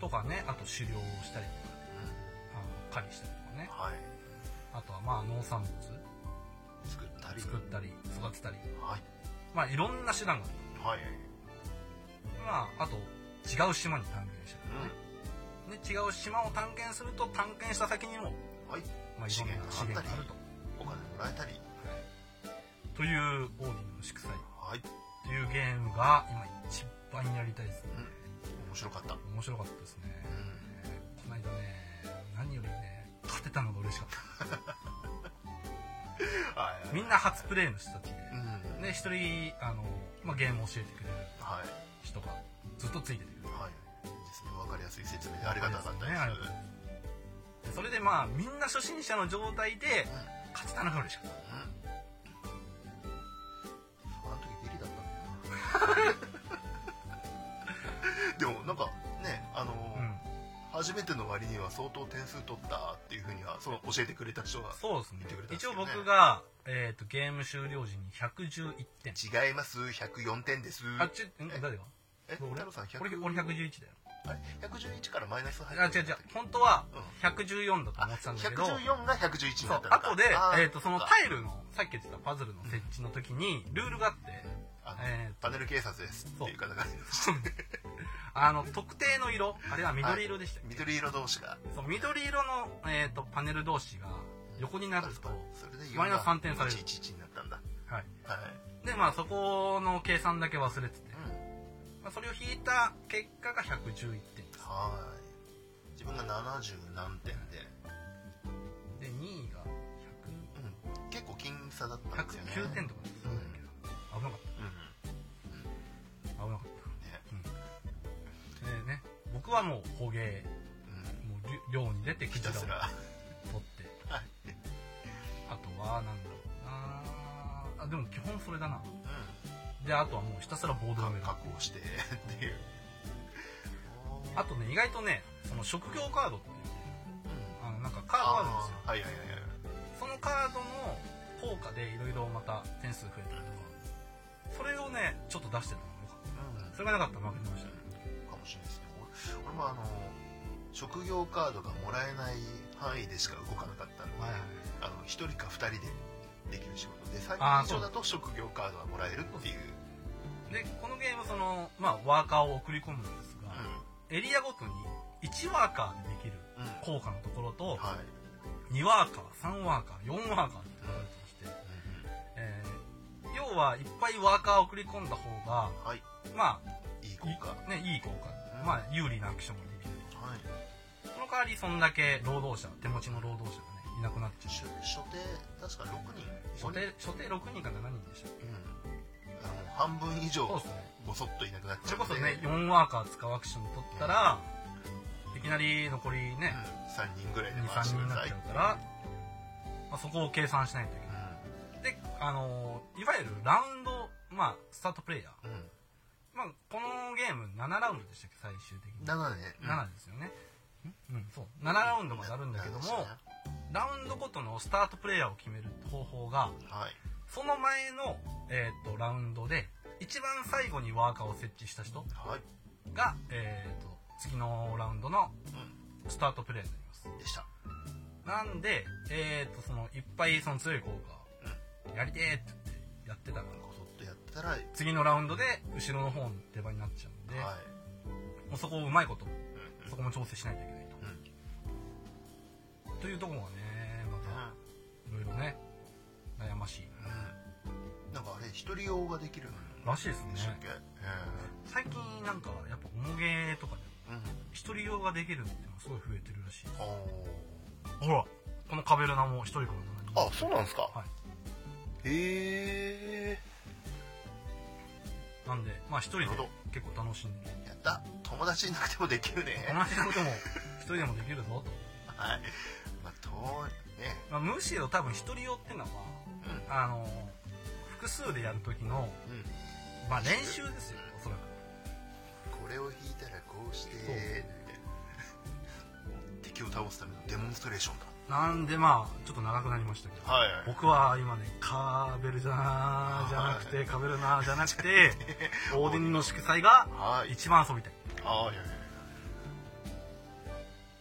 Speaker 1: ととかねあと狩猟をしたりとか
Speaker 2: うん
Speaker 1: あの狩りしたりとかね
Speaker 2: はい
Speaker 1: あとはまあ農産物
Speaker 2: 作ったり
Speaker 1: 作ったり育てたり
Speaker 2: はい
Speaker 1: まあいろんな手段がある
Speaker 2: はい
Speaker 1: まあ、あと、違う島に探検したりとかね。で、違う島を探検すると、探検した先にも、
Speaker 2: うんはい
Speaker 1: まあ、い
Speaker 2: 資
Speaker 1: ろんな
Speaker 2: 源があ
Speaker 1: 資
Speaker 2: った
Speaker 1: 源
Speaker 2: り
Speaker 1: があると。
Speaker 2: お金もらえたり
Speaker 1: という、オーディンの祝祭。
Speaker 2: はい
Speaker 1: というゲームが、今一番やりたいですね。
Speaker 2: うん面白かった
Speaker 1: 面白かったですね。
Speaker 2: うん
Speaker 1: この間ね、何よりね、勝てたのが嬉しかった。
Speaker 2: はいはい
Speaker 1: みんな初プレイの人たちで。
Speaker 2: うん
Speaker 1: で、一人、あの、まあ、ゲームを教えてくれる
Speaker 2: はい
Speaker 1: 人が、ずっとついててくれる。
Speaker 2: はいですねわかりやすい説明でありがたかったです
Speaker 1: ありがとうございますでそれでまあ、みんな初心者の状態で、勝てたのが嬉しかった。
Speaker 2: うんあの時ビリだったんだよなでもなんかねあのー
Speaker 1: うん
Speaker 2: 初初めての割には相当点数取ったっていうふうにはその教えてくれた人は
Speaker 1: そうですね
Speaker 2: 見てくれたんです
Speaker 1: 一
Speaker 2: よ
Speaker 1: 応
Speaker 2: ね
Speaker 1: 僕が、えー、とゲーム終了時に111点
Speaker 2: 違います104点です
Speaker 1: あちょん誰が
Speaker 2: え
Speaker 1: 俺
Speaker 2: 太郎さん100
Speaker 1: 俺俺111だよ
Speaker 2: あれ111からマイナス入
Speaker 1: あ
Speaker 2: って
Speaker 1: 違う
Speaker 2: るん
Speaker 1: 違
Speaker 2: だ
Speaker 1: う
Speaker 2: っけ
Speaker 1: 本当は
Speaker 2: うん
Speaker 1: 114だと
Speaker 2: あ
Speaker 1: 思ってたんだけど
Speaker 2: 114が111に
Speaker 1: そ
Speaker 2: なっ
Speaker 1: う
Speaker 2: たのか
Speaker 1: 後で、
Speaker 2: あー
Speaker 1: えー、とそのタイルのさっき言ってたパズルの設置の時にルールがあって
Speaker 2: あの
Speaker 1: えー
Speaker 2: パネル警察ですっていう方が
Speaker 1: あの特定の色あれは緑色でしたっけ
Speaker 2: 緑色同士が
Speaker 1: そう緑色の、えー、とパネル同士が横になると、
Speaker 2: それで
Speaker 1: マイナス3点される
Speaker 2: 111になったんだ
Speaker 1: はい、
Speaker 2: はい
Speaker 1: でまあそこの計算だけ忘れてて、
Speaker 2: うん
Speaker 1: まあ、それを引いた結果が111点です
Speaker 2: はーい自分が70何点で
Speaker 1: で2位が
Speaker 2: うん結構僅差だったんですよね
Speaker 1: 109点とかです
Speaker 2: うん
Speaker 1: 危なかっ
Speaker 2: うん
Speaker 1: た危なかっ
Speaker 2: ね
Speaker 1: たでね僕はもう捕鯨
Speaker 2: うん
Speaker 1: もうり漁に出てク
Speaker 2: ひ
Speaker 1: ジラ
Speaker 2: た
Speaker 1: を
Speaker 2: す
Speaker 1: 取っ
Speaker 2: ら
Speaker 1: て
Speaker 2: はい
Speaker 1: あとはなんだろうなあでも基本それだな
Speaker 2: う
Speaker 1: であとはもうひたすらボードを埋め
Speaker 2: ん
Speaker 1: る
Speaker 2: か確保してっていう
Speaker 1: あとね意外とねその職業カードっていう
Speaker 2: うん
Speaker 1: あのなんかカードあるんですよ
Speaker 2: あーはいはいはいはい
Speaker 1: そのカードの効果でいろいろまた点数増えたりとかそれをねちょっと出してたのよかっ
Speaker 2: う
Speaker 1: た
Speaker 2: ん
Speaker 1: それがなかったら負けてましたね
Speaker 2: かもしれないですね俺俺もあの職業カードがもらえない範囲でしか動かなかったので、
Speaker 1: はいはい
Speaker 2: あの1人か2人でできる仕事で最
Speaker 1: あー
Speaker 2: 近一緒だと職業カードがもらえるっていう
Speaker 1: でこのゲームその、まあ、ワーカーを送り込むんですが、エリアごとに1ワーカーでできる
Speaker 2: うん、
Speaker 1: 効
Speaker 2: うん
Speaker 1: 果のところと
Speaker 2: はい、
Speaker 1: 2ワーカー3ワーカー4ワーカーって分かれてまして、えー
Speaker 2: う
Speaker 1: 要はいっぱいワーカーを送り込んだ方が
Speaker 2: ん、はい
Speaker 1: ま
Speaker 2: いい
Speaker 1: あ
Speaker 2: 効
Speaker 1: い
Speaker 2: 果
Speaker 1: ね、いい効果、
Speaker 2: うん
Speaker 1: まあ、有利なアクションができる
Speaker 2: はい
Speaker 1: その代わりそんだけ労働者手持ちの労働者がねいなくなっちゃう
Speaker 2: 所所定確か6人
Speaker 1: 所定所定6人か7人でした
Speaker 2: うんあの半分以上
Speaker 1: そうですね
Speaker 2: ボソッといなくなっち
Speaker 1: それ
Speaker 2: ゃ
Speaker 1: こ
Speaker 2: う
Speaker 1: そ
Speaker 2: んで
Speaker 1: ね4ワーカー使うアクション取ったらいきなり残り
Speaker 2: う
Speaker 1: ね
Speaker 2: ん、3人ぐらいで
Speaker 1: 23
Speaker 2: 回し
Speaker 1: 人
Speaker 2: てく
Speaker 1: に
Speaker 2: だ
Speaker 1: なっ
Speaker 2: さい
Speaker 1: ちゃうから、まあ、そこを計算しないといけないであのーいわゆるラウンドまあスタートプレイヤー、
Speaker 2: うん、うん、
Speaker 1: まあ、このゲーム7ラウンドでしたっけ最終的に
Speaker 2: 7ね
Speaker 1: 7ですよね、うんうん、そう7ラウンドまであるんだけどもラウンドごとのスタートプレイヤーを決める方法が
Speaker 2: はい
Speaker 1: その前の、えー、とラウンドで一番最後にワーカーを設置した人
Speaker 2: はい
Speaker 1: が、えー、と次のラウンドのスタートプレイヤーになります
Speaker 2: でした
Speaker 1: なんで、えー、とそのいっぱいその強い効果やりてーって言ってやってたら
Speaker 2: こそっとやったらはい
Speaker 1: 次のラウンドで後ろの方の出番になっちゃうんで、もうそこをうまいこと
Speaker 2: うん
Speaker 1: そこも調整しないといけない
Speaker 2: うんうん
Speaker 1: とというところがねまたいろいろね悩ましい
Speaker 2: うんなんかあれ一人用ができるん
Speaker 1: らしいですね
Speaker 2: でしたっけえ
Speaker 1: 最近なんかやっぱ重げとかで
Speaker 2: えうん
Speaker 1: 一人用ができるっていうのがすごい増えてるらしい
Speaker 2: お
Speaker 1: ほらこのカベルナも一人から
Speaker 2: ーあそうなんですか
Speaker 1: は
Speaker 2: へえ
Speaker 1: 7人なんでまあ一人で
Speaker 2: なるほ
Speaker 1: 結構楽しんでる
Speaker 2: やった友達いなくてもできるね
Speaker 1: 同じことも一人でもできるぞと、
Speaker 2: はいまあ遠いね
Speaker 1: まあ、むしろ多分一人用っていうのは
Speaker 2: うん
Speaker 1: あの複数でやる時の、
Speaker 2: うん
Speaker 1: まあ、練習ですよおそらく
Speaker 2: これを引いたらこうして
Speaker 1: そう
Speaker 2: 敵を倒すためのデモンストレーションだ
Speaker 1: なんでまあちょっと長くなりましたけど
Speaker 2: はい
Speaker 1: 僕は今ねカーベルじゃじゃなくてカベルナじゃなく てオーディンの祝祭が
Speaker 2: はい
Speaker 1: 一番遊びたい、
Speaker 2: はい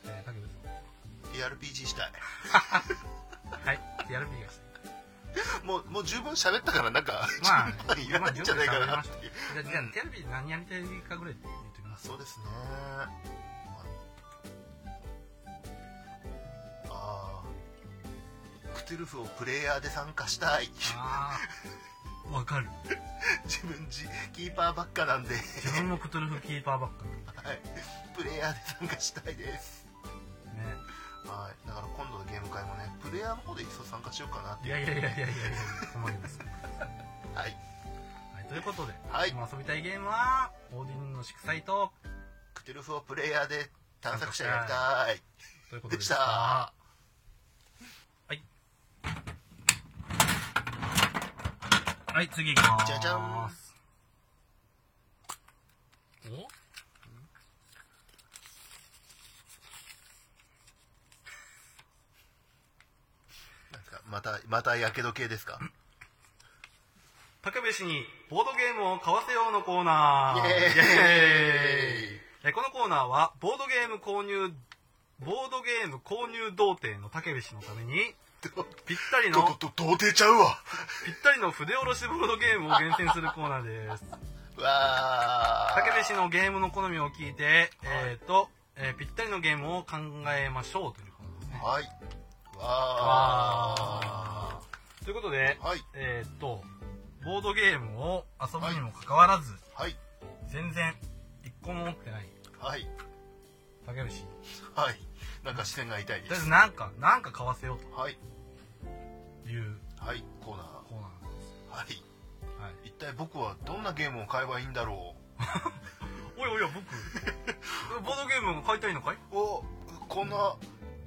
Speaker 1: えー、竹部さん
Speaker 2: ARPG したい
Speaker 1: はい、やるべきがした。
Speaker 2: もうもう十分喋ったからなんか
Speaker 1: まあ
Speaker 2: 言わないんじゃないかなっていう
Speaker 1: じゃあ、じゃあ、テレビで何やりたいかぐらい言っておきます。
Speaker 2: そうですねああクトゥルフをプレイヤーで参加したい
Speaker 1: ああ、わかる。
Speaker 2: 自分じキーパーばっかなんで、
Speaker 1: 自分もクトゥルフキーパーばっかなんで
Speaker 2: はい、プレイヤーで参加したいです
Speaker 1: ね。
Speaker 2: はいだから今度のゲーム会もねプレイヤーの方で一層参加しようかなって
Speaker 1: い
Speaker 2: いう
Speaker 1: やいやいやいやいやいや、困ります。は
Speaker 2: はい
Speaker 1: い、ということで、
Speaker 2: はい
Speaker 1: 今遊びたいゲームは、オーディンの祝祭と、
Speaker 2: クトゥルフをプレイヤーで探索者やりたい
Speaker 1: ということ
Speaker 2: で
Speaker 1: で
Speaker 2: したは
Speaker 1: はい、次行きます。
Speaker 2: じゃじゃん
Speaker 1: お
Speaker 2: またまたやけど系ですか
Speaker 1: 武部氏にボードゲームを買わせようのコーナー。
Speaker 2: イエーイ
Speaker 1: えこのコーナーは、ボードゲーム購入、ボードゲーム購入童貞の武部氏のために、ぴったりの、
Speaker 2: とと童貞ちゃうわ
Speaker 1: ぴったりの筆下ろしボードゲームを厳選するコーナーです。
Speaker 2: わー
Speaker 1: 武部氏のゲームの好みを聞いて、えっ、と、えーぴったりのゲームを考えましょうというコーナーですね。
Speaker 2: はいわ
Speaker 1: わということで、
Speaker 2: ーはい
Speaker 1: えっ、と、ボードゲームを遊ぶにもかかわらず、
Speaker 2: はい
Speaker 1: 全然一個も持ってない
Speaker 2: はい
Speaker 1: 竹内
Speaker 2: はいなんか視線が痛いで
Speaker 1: とりあえ
Speaker 2: す
Speaker 1: ずなんかなんか買わせよう
Speaker 2: はい
Speaker 1: という
Speaker 2: はいコーナー
Speaker 1: コーナーです、
Speaker 2: はい
Speaker 1: はい、
Speaker 2: 一体僕はどんなゲームを買えばいいんだろ
Speaker 1: おやおや僕 ボードゲームを買いたいのかいう
Speaker 2: おこんな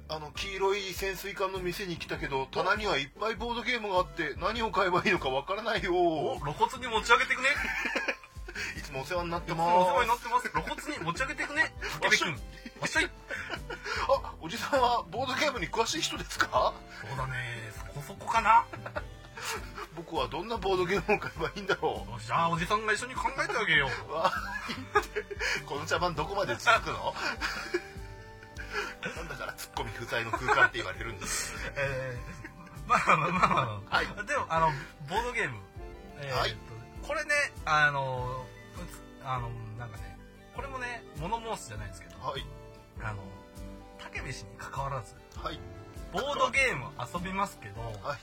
Speaker 2: あの黄色い潜水艦の店に来たけど棚にはいっぱいボードゲームがあって何を買えばいいのかわからないよ
Speaker 1: お
Speaker 2: い
Speaker 1: 露骨に持ち上げてくね
Speaker 2: つもお世話になって
Speaker 1: いつもお世
Speaker 2: ま
Speaker 1: 話
Speaker 2: す
Speaker 1: になってます露骨に持ち上げてくね竹部君わっしょい
Speaker 2: あおじさんはボードゲームに詳しい人ですか
Speaker 1: そうだねそこそこかな
Speaker 2: 僕はどんなボードゲームを買えばいいんだろ
Speaker 1: よしじゃあおじさんが一緒に考えてあげよ
Speaker 2: うわーこの茶番どこまで続くのなんだからツッコミ不在の空間って言われるんです
Speaker 1: う、えー、まあまあまあまあ、
Speaker 2: はい
Speaker 1: でもあのボードゲーム、えー
Speaker 2: はい
Speaker 1: これねあのうつあのなんかねこれもね物申すじゃないですけど
Speaker 2: はい
Speaker 1: あの武部氏に関わらず
Speaker 2: はい
Speaker 1: ボードゲーム遊びますけど
Speaker 2: はい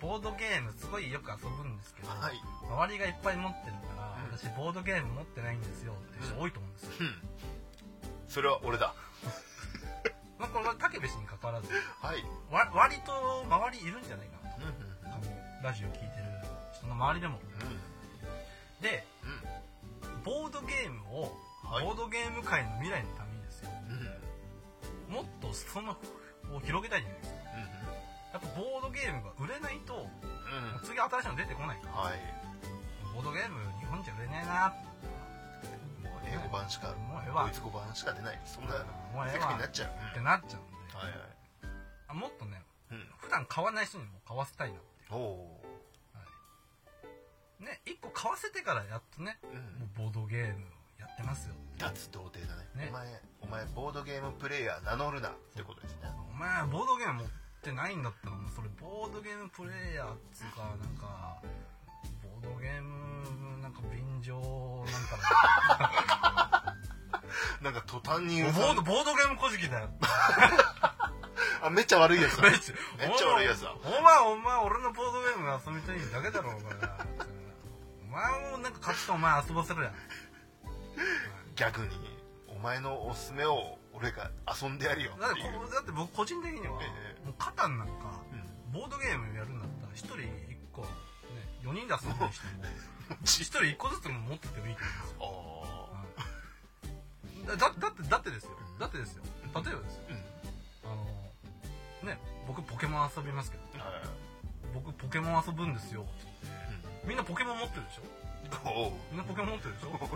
Speaker 1: ボードゲームすごいよく遊ぶんですけど、
Speaker 2: はい
Speaker 1: 周りがいっぱい持ってるから
Speaker 2: うん
Speaker 1: 私ボードゲーム持ってないんですよって人多いと思うんですよ、
Speaker 2: うんそれは俺だ
Speaker 1: まあ、これは武部氏に関わらず
Speaker 2: はい
Speaker 1: わ割と周りいるんじゃないかな
Speaker 2: うんうん
Speaker 1: とラジオ聞いてる人の周りでもで
Speaker 2: う
Speaker 1: ボードゲームを、
Speaker 2: はい
Speaker 1: ボードゲーム界の未来のためにですよ
Speaker 2: んうん
Speaker 1: も
Speaker 2: うん
Speaker 1: っとそのを広げたいじゃないですかやっぱボードゲームが売れないとも
Speaker 2: うんうん
Speaker 1: う次新しいの出てこないから
Speaker 2: はい
Speaker 1: ボードゲーム日本じゃ売れないな
Speaker 2: もう英語版しか
Speaker 1: もうええわ
Speaker 2: ドイツ語版しか出ないそんな
Speaker 1: もうええ
Speaker 2: 世界
Speaker 1: わ
Speaker 2: になっちゃう
Speaker 1: って
Speaker 2: うん
Speaker 1: なっちゃうんで、
Speaker 2: はいはい
Speaker 1: あもっとね
Speaker 2: うん
Speaker 1: 普段買わない人にも買わせたいなってい
Speaker 2: おお
Speaker 1: う、はい、ね1個買わせてからやっとね
Speaker 2: ーう
Speaker 1: も
Speaker 2: ん
Speaker 1: うボードゲームやってますよ
Speaker 2: 脱童貞だ
Speaker 1: ね
Speaker 2: ねお前お前ボードゲームプレイヤー名乗るなってことですね
Speaker 1: お前ボードゲーム持ってないんだったらもうそれボードゲームプレイヤーっつうかなんかボードゲームなんか便乗なんか
Speaker 2: なんか途端に
Speaker 1: ボードボードゲームこじきだよ
Speaker 2: あめっちゃ悪いやつだ
Speaker 1: めっち
Speaker 2: めっちゃ悪いやつだ
Speaker 1: お前お前俺のボードゲームが遊びたいだけだろお前がお前もなんか勝ちとお前遊ばせるやん
Speaker 2: 逆にお前のおすすめを俺が遊んでやるよ
Speaker 1: だっ
Speaker 2: ってていう
Speaker 1: こだって僕個人的には、
Speaker 2: ええ
Speaker 1: もうカタンなんか
Speaker 2: うん
Speaker 1: ボードゲームやるんだったら1人1個、ね、4人で遊ぶにしても1人1個ずつも持っててもいいと思
Speaker 2: ああ
Speaker 1: うんですよだだだってだってですよだってですよ例えばですよ
Speaker 2: うん
Speaker 1: あのね僕ポケモン遊びますけど
Speaker 2: はい
Speaker 1: 僕ポケモン遊ぶんですよ
Speaker 2: う
Speaker 1: みんなポケモン持ってるでしょ
Speaker 2: んおお
Speaker 1: みんなポケモン持ってるでしょ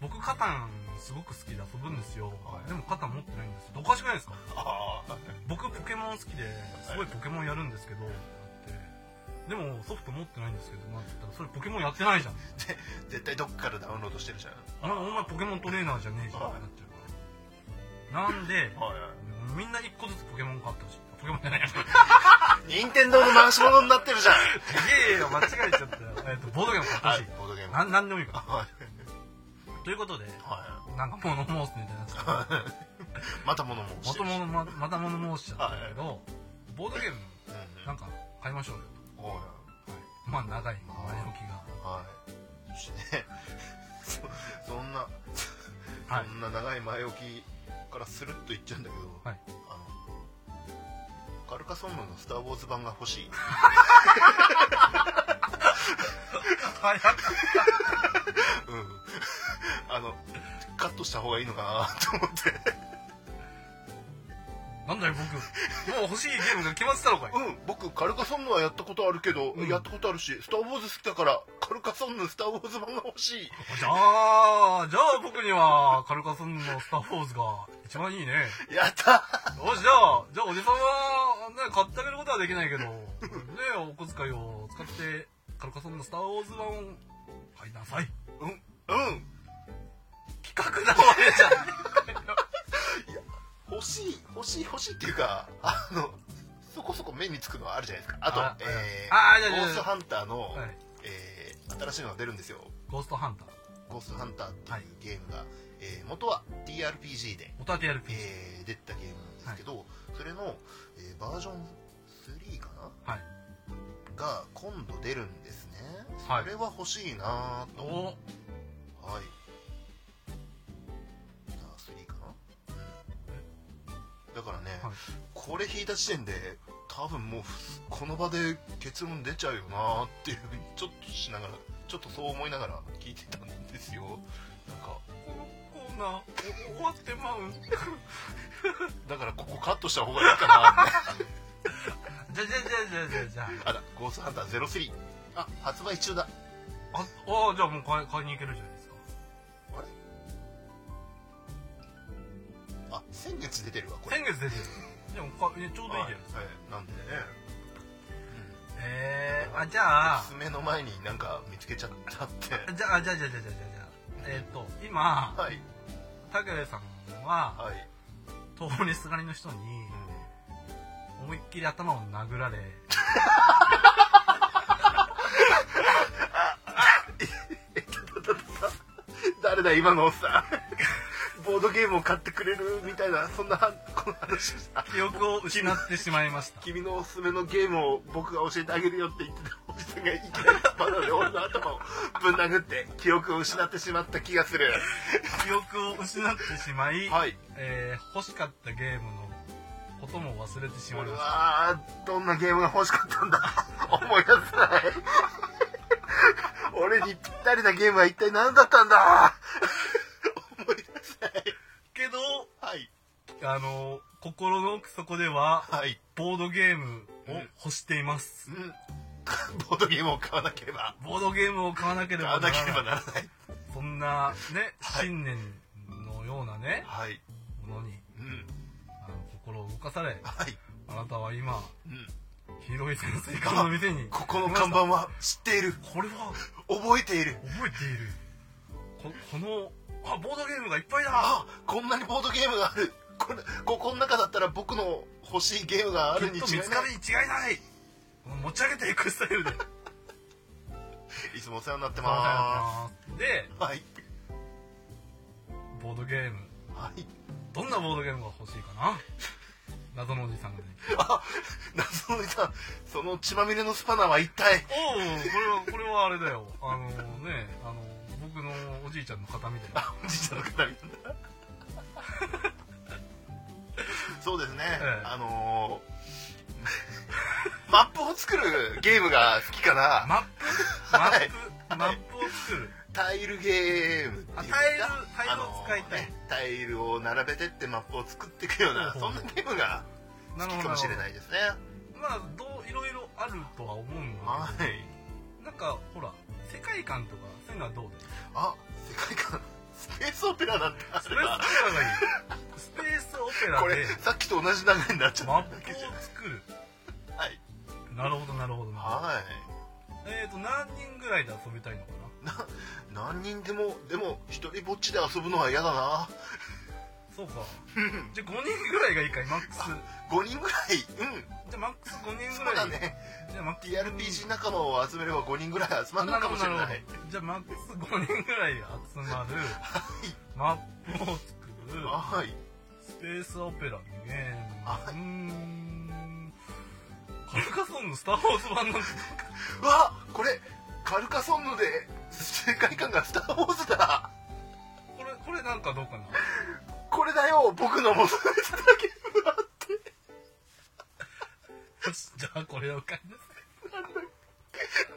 Speaker 1: 僕カタンすごく好きで遊ぶんですよ、
Speaker 2: はい
Speaker 1: でもカタン持ってないんですよおかしくないですか
Speaker 2: ああ
Speaker 1: 僕ポケモン好きですごいポケモンやるんですけど、ってでもソフト持ってないんですけどなんて言ったらそれポケモンやってないじゃん
Speaker 2: 絶対どっかからダウンロードしてるじゃん
Speaker 1: お前お前ポケモントレーナーじゃねえじゃんっ
Speaker 2: はい
Speaker 1: てなっちゃうからなんで
Speaker 2: はいはい
Speaker 1: みんな1個ずつポケモン買ってほしいポケモンじゃないや
Speaker 2: 任天堂の回し物になってるじゃん
Speaker 1: いやいや間違えちゃったよ えっとボードゲーム買ってほし
Speaker 2: ボードゲー
Speaker 1: い、
Speaker 2: ム
Speaker 1: なんなんでもいいか
Speaker 2: はい
Speaker 1: らということで
Speaker 2: は
Speaker 1: なんか物申すみたいになっちゃった
Speaker 2: いまた物申
Speaker 1: ま
Speaker 2: して
Speaker 1: た
Speaker 2: る
Speaker 1: 物ままた物申しちゃったけど、ボードゲーム
Speaker 2: うんうん
Speaker 1: なんか買いましょうよ
Speaker 2: おい
Speaker 1: と、まあ長い前置きが
Speaker 2: はいそしてねそそんな
Speaker 1: はい
Speaker 2: そんな長い前置きからスルッといっちゃうんだけど、
Speaker 1: はい
Speaker 2: あのカルカソンヌの「スター・ウォーズ」版が 欲しい
Speaker 1: はい
Speaker 2: うん あのカットした方がいいのかなと思って
Speaker 1: なんだよ僕もう欲しいゲームが決まってたのかい
Speaker 2: うん僕カルカソンヌはやったことあるけど、
Speaker 1: うん
Speaker 2: やったことあるし「スター・ウォーズ」好きだからカルカソンヌ「スター・ウォーズ」版が欲しい
Speaker 1: じゃあじゃあ僕にはカルカソンヌの「スター・フォーズ」が一番いいね
Speaker 2: やった
Speaker 1: よしじゃあじゃあおじさんはあね、買ってあげることはできないけど、ねえ、お小遣いを使って、カルカソンのスター・ウォーズ版を買いなさい。うん、うん。企画だ、俺じゃん。
Speaker 2: 欲しい欲しい欲しいっていうかあのそこそこ目につくのはあるじゃないですかあと
Speaker 1: あ
Speaker 2: え
Speaker 1: ああじゃあ
Speaker 2: ー、ゴ
Speaker 1: じゃあ
Speaker 2: ース
Speaker 1: じ
Speaker 2: ト
Speaker 1: ゃあ
Speaker 2: ハンターの、
Speaker 1: はい
Speaker 2: えー新しいのが出るんですよ
Speaker 1: ゴーストハンター。
Speaker 2: ゴーストハンターって
Speaker 1: はい
Speaker 2: いうゲームが、えー元は TRPG で、
Speaker 1: 元は TRPG。
Speaker 2: えー出てたゲームなんですけど、それの、えーバージョン3かな、
Speaker 1: はい
Speaker 2: が今度出るんですね
Speaker 1: はい
Speaker 2: それは欲しいなぁと、はい
Speaker 1: お
Speaker 2: あ3かな、うん、だからね、
Speaker 1: はい
Speaker 2: これ引いた時点で多分もうこの場で結論出ちゃうよなっていうふうにちょっとしながらちょっとそう思いながら聞いてたんですよなんか
Speaker 1: このコーナー、お終わってまう。
Speaker 2: だからここカットした方がいいかなって
Speaker 1: じゃあじゃあじゃあじゃあじゃあじゃ
Speaker 2: あら「ゴーストハンター03」あ発売中だ
Speaker 1: あ。あ、あじゃあもう買い買いに行けるじゃないですか。
Speaker 2: あ先月出てるわこれ
Speaker 1: 先月出てる。でもかえちょうどいいじゃないですか。
Speaker 2: はいはいなんでね
Speaker 1: えー、あ、じゃあ、
Speaker 2: 爪の前になんか見つけちゃったって
Speaker 1: じゃあ、じゃあ、じゃあ、じゃあ、じゃあ、じゃあ、えーっ、と、今、
Speaker 2: はい
Speaker 1: 武部さんは、
Speaker 2: はい、
Speaker 1: 通りすがりの人に、
Speaker 2: う
Speaker 1: 思いっきり頭を殴られ、
Speaker 2: ん、誰だ今のおっさんボードゲームを買ってくれるみたいなそんなこの話した
Speaker 1: 記憶を失ってしまいました。
Speaker 2: 君のおすすめのゲームを僕が教えてあげるよって言ってたおじさんがいきなりバナで俺の頭をぶん殴って記憶を失ってしまった気がする
Speaker 1: 記憶を失ってしまい、
Speaker 2: はい
Speaker 1: えー、欲しかったゲームのことも忘れてしまい
Speaker 2: 俺
Speaker 1: まし
Speaker 2: はどんなゲームが欲しかったんだ思い出せない俺にぴったりなゲームは一体何だったんだ 思い出せない
Speaker 1: た。けど、
Speaker 2: はい
Speaker 1: あの、心の奥底では、
Speaker 2: はい
Speaker 1: ボードゲームを欲しています
Speaker 2: う。んボードゲームを買わなければ
Speaker 1: ボードゲームを買わなけれ
Speaker 2: 買
Speaker 1: ば
Speaker 2: わ
Speaker 1: な
Speaker 2: な
Speaker 1: ら
Speaker 2: ければ
Speaker 1: ない。
Speaker 2: ならない
Speaker 1: そんな、ね、
Speaker 2: はい
Speaker 1: 信念のようなね、
Speaker 2: はい
Speaker 1: ものに、
Speaker 2: うん
Speaker 1: あの心を動かされ、
Speaker 2: はい
Speaker 1: あなたは今、
Speaker 2: うん
Speaker 1: ひどい潜水艦の店に、こ
Speaker 2: ここの看板は知っている
Speaker 1: れは
Speaker 2: 覚えている
Speaker 1: 覚えている。ここの、あ、ボードゲームがいっぱいだ
Speaker 2: あこんなにボードゲームがあるこれここの中だったら僕の欲しいゲームがあ
Speaker 1: あ
Speaker 2: る
Speaker 1: る
Speaker 2: に
Speaker 1: に
Speaker 2: 違い
Speaker 1: 違
Speaker 2: ない
Speaker 1: いない。見つかり違いない持ち上げていくスタイ ルで。
Speaker 2: いつもお世話になってま
Speaker 1: ますで、
Speaker 2: すはい
Speaker 1: ボードゲーム、
Speaker 2: はい
Speaker 1: どんなボードゲームが欲しいかな謎のおじさんがね。
Speaker 2: あ謎のさんその血まみれのスパナは一体
Speaker 1: おうこれは、これはあれだよ。あのね、あの、僕のおじいちゃんの方みたいな。
Speaker 2: あおじいちゃんの方なんだそうですね、
Speaker 1: ええ
Speaker 2: あのー マップを作るゲームが好きかな、
Speaker 1: マップマップ、マ
Speaker 2: はい
Speaker 1: ップを作る。
Speaker 2: タイルゲームっていうか
Speaker 1: あタイルタイルを使いたい
Speaker 2: あのーねタイルを並べてってマップを作っていくような
Speaker 1: ほう
Speaker 2: そ
Speaker 1: ほ
Speaker 2: ん
Speaker 1: う
Speaker 2: なゲームが
Speaker 1: なる
Speaker 2: いい
Speaker 1: ほど。
Speaker 2: かもしれ
Speaker 1: い
Speaker 2: ないですね
Speaker 1: まあどういろいろあるとは思うんだ
Speaker 2: は
Speaker 1: け
Speaker 2: い
Speaker 1: どなんかほら世界観とかそういうのはどうだ よ
Speaker 2: あ世界観スペースオペラだった
Speaker 1: スペースオペラがいいスペースオペ
Speaker 2: こ
Speaker 1: ラ
Speaker 2: れ
Speaker 1: で
Speaker 2: さっきと同じ流れになっちゃった
Speaker 1: マップ
Speaker 2: だ
Speaker 1: を
Speaker 2: けじゃない
Speaker 1: 作る
Speaker 2: はい
Speaker 1: なるほどなるほどなるほど
Speaker 2: はい
Speaker 1: えっ、ー、と何人ぐらいで遊びたいのかな
Speaker 2: な何人でもでも一人ぼっちで遊ぶのは嫌だな
Speaker 1: そうかじゃあ5人ぐらいがいいかいマックス
Speaker 2: 5人ぐらいうん
Speaker 1: じゃあマックス5人
Speaker 2: そ
Speaker 1: ぐら
Speaker 2: う
Speaker 1: い
Speaker 2: だね
Speaker 1: じゃあマックス
Speaker 2: TRPG 仲間を集めれば5人ぐらい集まるのかもしれない
Speaker 1: るほどじゃあマックス5人ぐらい集まるマップを作る
Speaker 2: はい
Speaker 1: スペースオペラのゲ
Speaker 2: は
Speaker 1: ームうーんカルカソンのスター・ウォーズ版なんて
Speaker 2: うわこれカルカソンヌで世界観が「スター・ウォーズ」だ
Speaker 1: これこれなんかどうかな
Speaker 2: これだよ僕の求めてたゲームは
Speaker 1: よしじゃあこれを買いなさい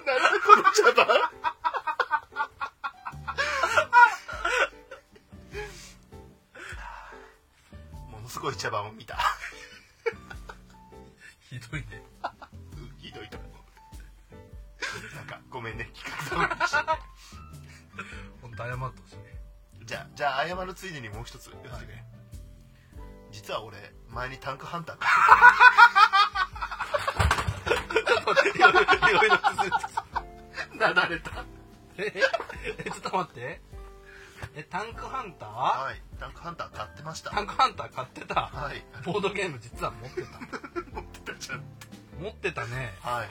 Speaker 2: なんだこの茶番ものすごい茶番を見た
Speaker 1: ひどいね
Speaker 2: ひどいと思うなんかごめんね企画だめでした
Speaker 1: ほんと謝ってほしいね
Speaker 2: じゃあじゃあ謝るついでにもう一つ言わせてくれ実は俺前にタンクハンター買っ
Speaker 1: いろいろいろいろ続いて
Speaker 2: なだれた
Speaker 1: ええちょっと待ってえタンクハンター、
Speaker 2: はいタンクハンター買ってました
Speaker 1: タンクハンター買ってた
Speaker 2: はい
Speaker 1: ボードゲーム実は持ってた
Speaker 2: 持ってたじゃん
Speaker 1: 持ってたね
Speaker 2: はい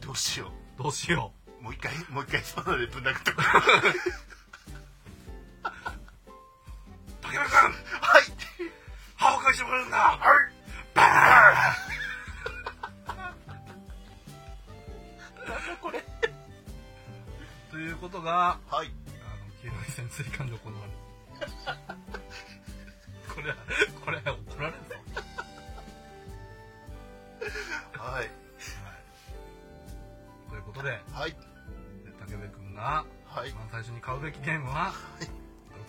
Speaker 2: どうしよ
Speaker 1: どうしよ
Speaker 2: うもう一回 もう一回そのでぶん殴った
Speaker 1: う竹村君
Speaker 2: はい
Speaker 1: 歯を返してもらうんだはいバーンなんだこれということが
Speaker 2: は
Speaker 1: あ
Speaker 2: い
Speaker 1: の黄色い潜水艦で行われるこれはこれは怒られるぞ
Speaker 2: はい
Speaker 1: ということで
Speaker 2: はい
Speaker 1: 武部君が
Speaker 2: はい
Speaker 1: 一番最初に買うべきゲームは「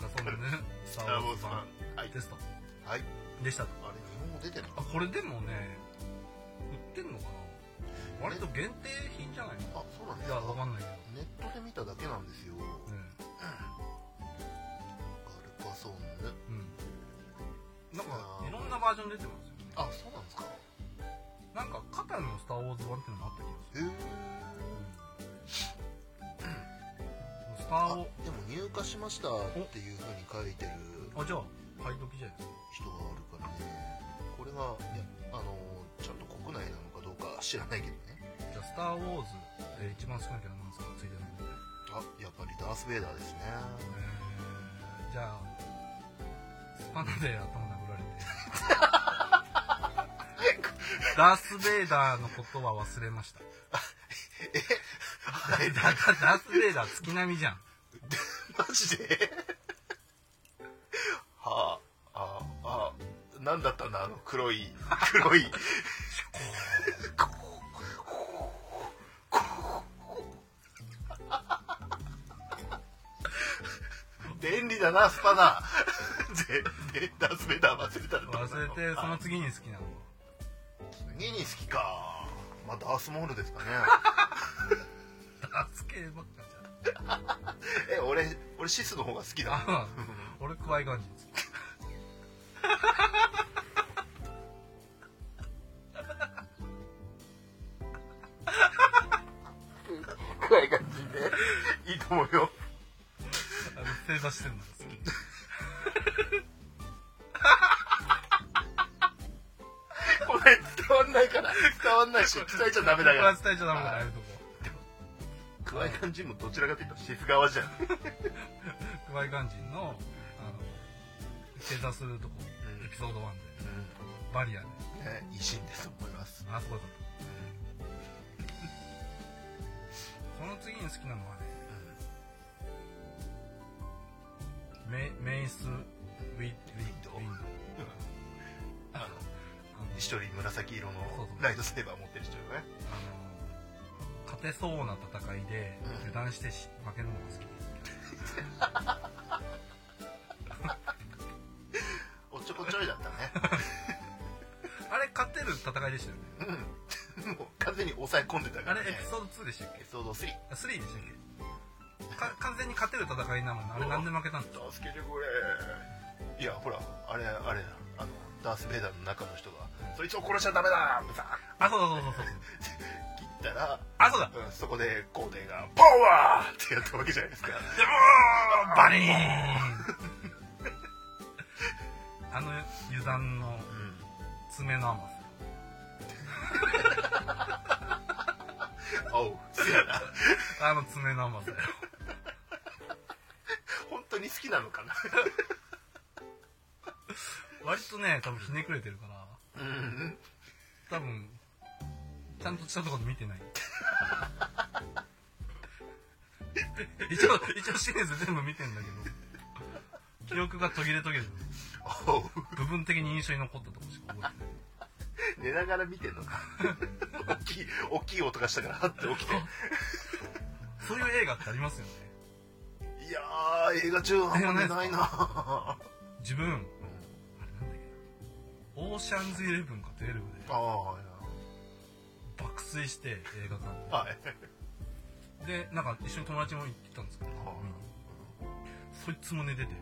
Speaker 1: ルカソンヌスター・ウォーズ
Speaker 2: さん
Speaker 1: 版
Speaker 2: はい」
Speaker 1: ですと
Speaker 2: はい
Speaker 1: でしたと
Speaker 2: あれ日本語出てる
Speaker 1: あこれでもね売ってんのかな割と限定品じゃないの
Speaker 2: あそうなんで
Speaker 1: い
Speaker 2: す
Speaker 1: やわか
Speaker 2: か
Speaker 1: んないけ
Speaker 2: ネットで見ただけなんですよ
Speaker 1: どね
Speaker 2: ガルパソンヌ
Speaker 1: うんなんかいろんなバージョン出てますよね
Speaker 2: あそうなんですか
Speaker 1: なんかカタンの「スター・ウォーズ版」っていうのもあった気が
Speaker 2: へえ
Speaker 1: するスター・
Speaker 2: あ
Speaker 1: ウォー
Speaker 2: でも入荷しましたっていうふうに書いてる
Speaker 1: あじゃあ買い時じゃないですか
Speaker 2: 人があるからねこれがいやあのちゃんと国内なのかどうか知らないけどね
Speaker 1: じゃあ「スター・ウォーズ」で一番少なきゃなんですかついてないんで
Speaker 2: あやっぱりダース・ベイダーですね
Speaker 1: えーじゃあスパナで頭殴られて ダース・ベイダーのことは忘れましたえダダース・ベイダー月並みじゃん
Speaker 2: マジではあああ何だったんだあの黒い黒い便利だなスパナででダース・ベイダー忘れたんだ
Speaker 1: 忘れてその次に好きなの
Speaker 2: 次に好きかまあダースモールですかね
Speaker 1: ダース系ばっかじゃん
Speaker 2: え俺俺シスの方が好きだ
Speaker 1: あ俺クワイガンジン好き
Speaker 2: くらい感じでいいと思うよ
Speaker 1: あの正座してるのが好き
Speaker 2: これ伝わんないから伝わんないし伝えちゃダメ
Speaker 1: こ
Speaker 2: だ
Speaker 1: れは
Speaker 2: よ
Speaker 1: 伝えちゃダメだああいうとこ
Speaker 2: くわい感じもどちらかというとシス側じゃん
Speaker 1: クワイガンジンのあの正座するとこエピソード1でバリアで
Speaker 2: ねいいシーンですと思います
Speaker 1: あそこだったその次に好きなのはねメメイスウィウィドウィンド
Speaker 2: あの
Speaker 1: あの
Speaker 2: 一人紫色の
Speaker 1: そうそう
Speaker 2: ライトセーバー持ってる人よね
Speaker 1: あの勝てそうな戦いで
Speaker 2: うん
Speaker 1: 油断してし負けるのが好きです
Speaker 2: おっちょこちょいだった
Speaker 1: あれ勝てる戦いでしたよね
Speaker 2: ねうん もう完全に抑え込んでたか
Speaker 1: あ
Speaker 2: ら
Speaker 1: れエ
Speaker 2: ね
Speaker 1: ピソード2でしたっけ
Speaker 2: エピソード3
Speaker 1: あ3でしたっけか完全に勝てる戦いなもんねあれなんで負けたんですか
Speaker 2: 助けてくれいやほらあれあれあのダース・ベイダーの中の人が「そいつを殺しちゃダメだ!」ブザー
Speaker 1: あそうだそうだそうだ
Speaker 2: 切ったら、
Speaker 1: あそうだ
Speaker 2: うん、そこでコーデが「パワー!」ってやったわけじゃないですか
Speaker 1: でもーバリーンあの油断の
Speaker 2: うん
Speaker 1: 爪の甘さ
Speaker 2: おうせやな
Speaker 1: あの爪の甘さよ
Speaker 2: 本当に好きなのかな
Speaker 1: 割とね多分ひねくれてるから
Speaker 2: うん
Speaker 1: 多分ちゃんとしたところ見てない 一応一応シリーズ全部見てんだけど記憶が途切れ途切れで
Speaker 2: おう
Speaker 1: 部分的に印象に残ったとこしか覚えてない
Speaker 2: 寝ながら見てんのか大きい大きい音がしたからはって起きて
Speaker 1: そういう映画ってありますよね
Speaker 2: いやー映画中あんま寝ないな
Speaker 1: 自分、あれなんだっけなオーシャンズイレブンか12で
Speaker 2: ああはい
Speaker 1: 爆睡して映画館で
Speaker 2: はい
Speaker 1: でなんか一緒に友達も行ってたんですけど、
Speaker 2: あー
Speaker 1: 見にそいつも寝てて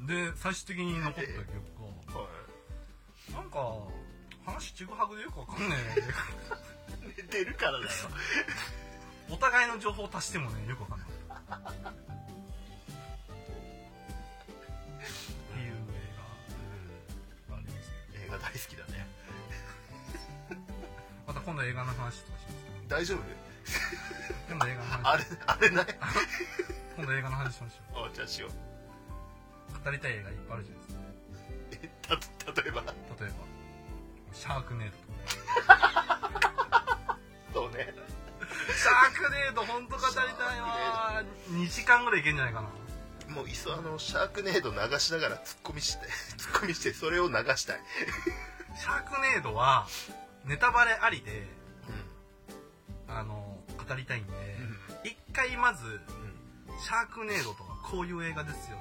Speaker 1: で最終的に残った記憶が
Speaker 2: はい
Speaker 1: なんか話ちぐはぐでよくわかんないよね
Speaker 2: 寝てるからだよ
Speaker 1: お互いの情報を足してもねよくわかんないっていう映画ありますね
Speaker 2: 映画大好きだね
Speaker 1: また今度映画の話とかします
Speaker 2: 大丈夫
Speaker 1: 今度映画の話
Speaker 2: あれあれない
Speaker 1: 今度映画の話しましょ
Speaker 2: お茶しよう
Speaker 1: う語りたい映画いっぱいあるじゃないです
Speaker 2: えた例えば
Speaker 1: か例えばシャークネードとか
Speaker 2: そうね
Speaker 1: シャークネード本当語りたいわ2時間ぐらいいけんじゃないかな
Speaker 2: もういっそあのシャークネード流しながらツッコミして ツッコミしてそれを流したい
Speaker 1: シャークネードはネタバレありであの語りたいんで
Speaker 2: うんうん
Speaker 1: 一回まず
Speaker 2: うん
Speaker 1: シャークネードとはこういう映画ですよ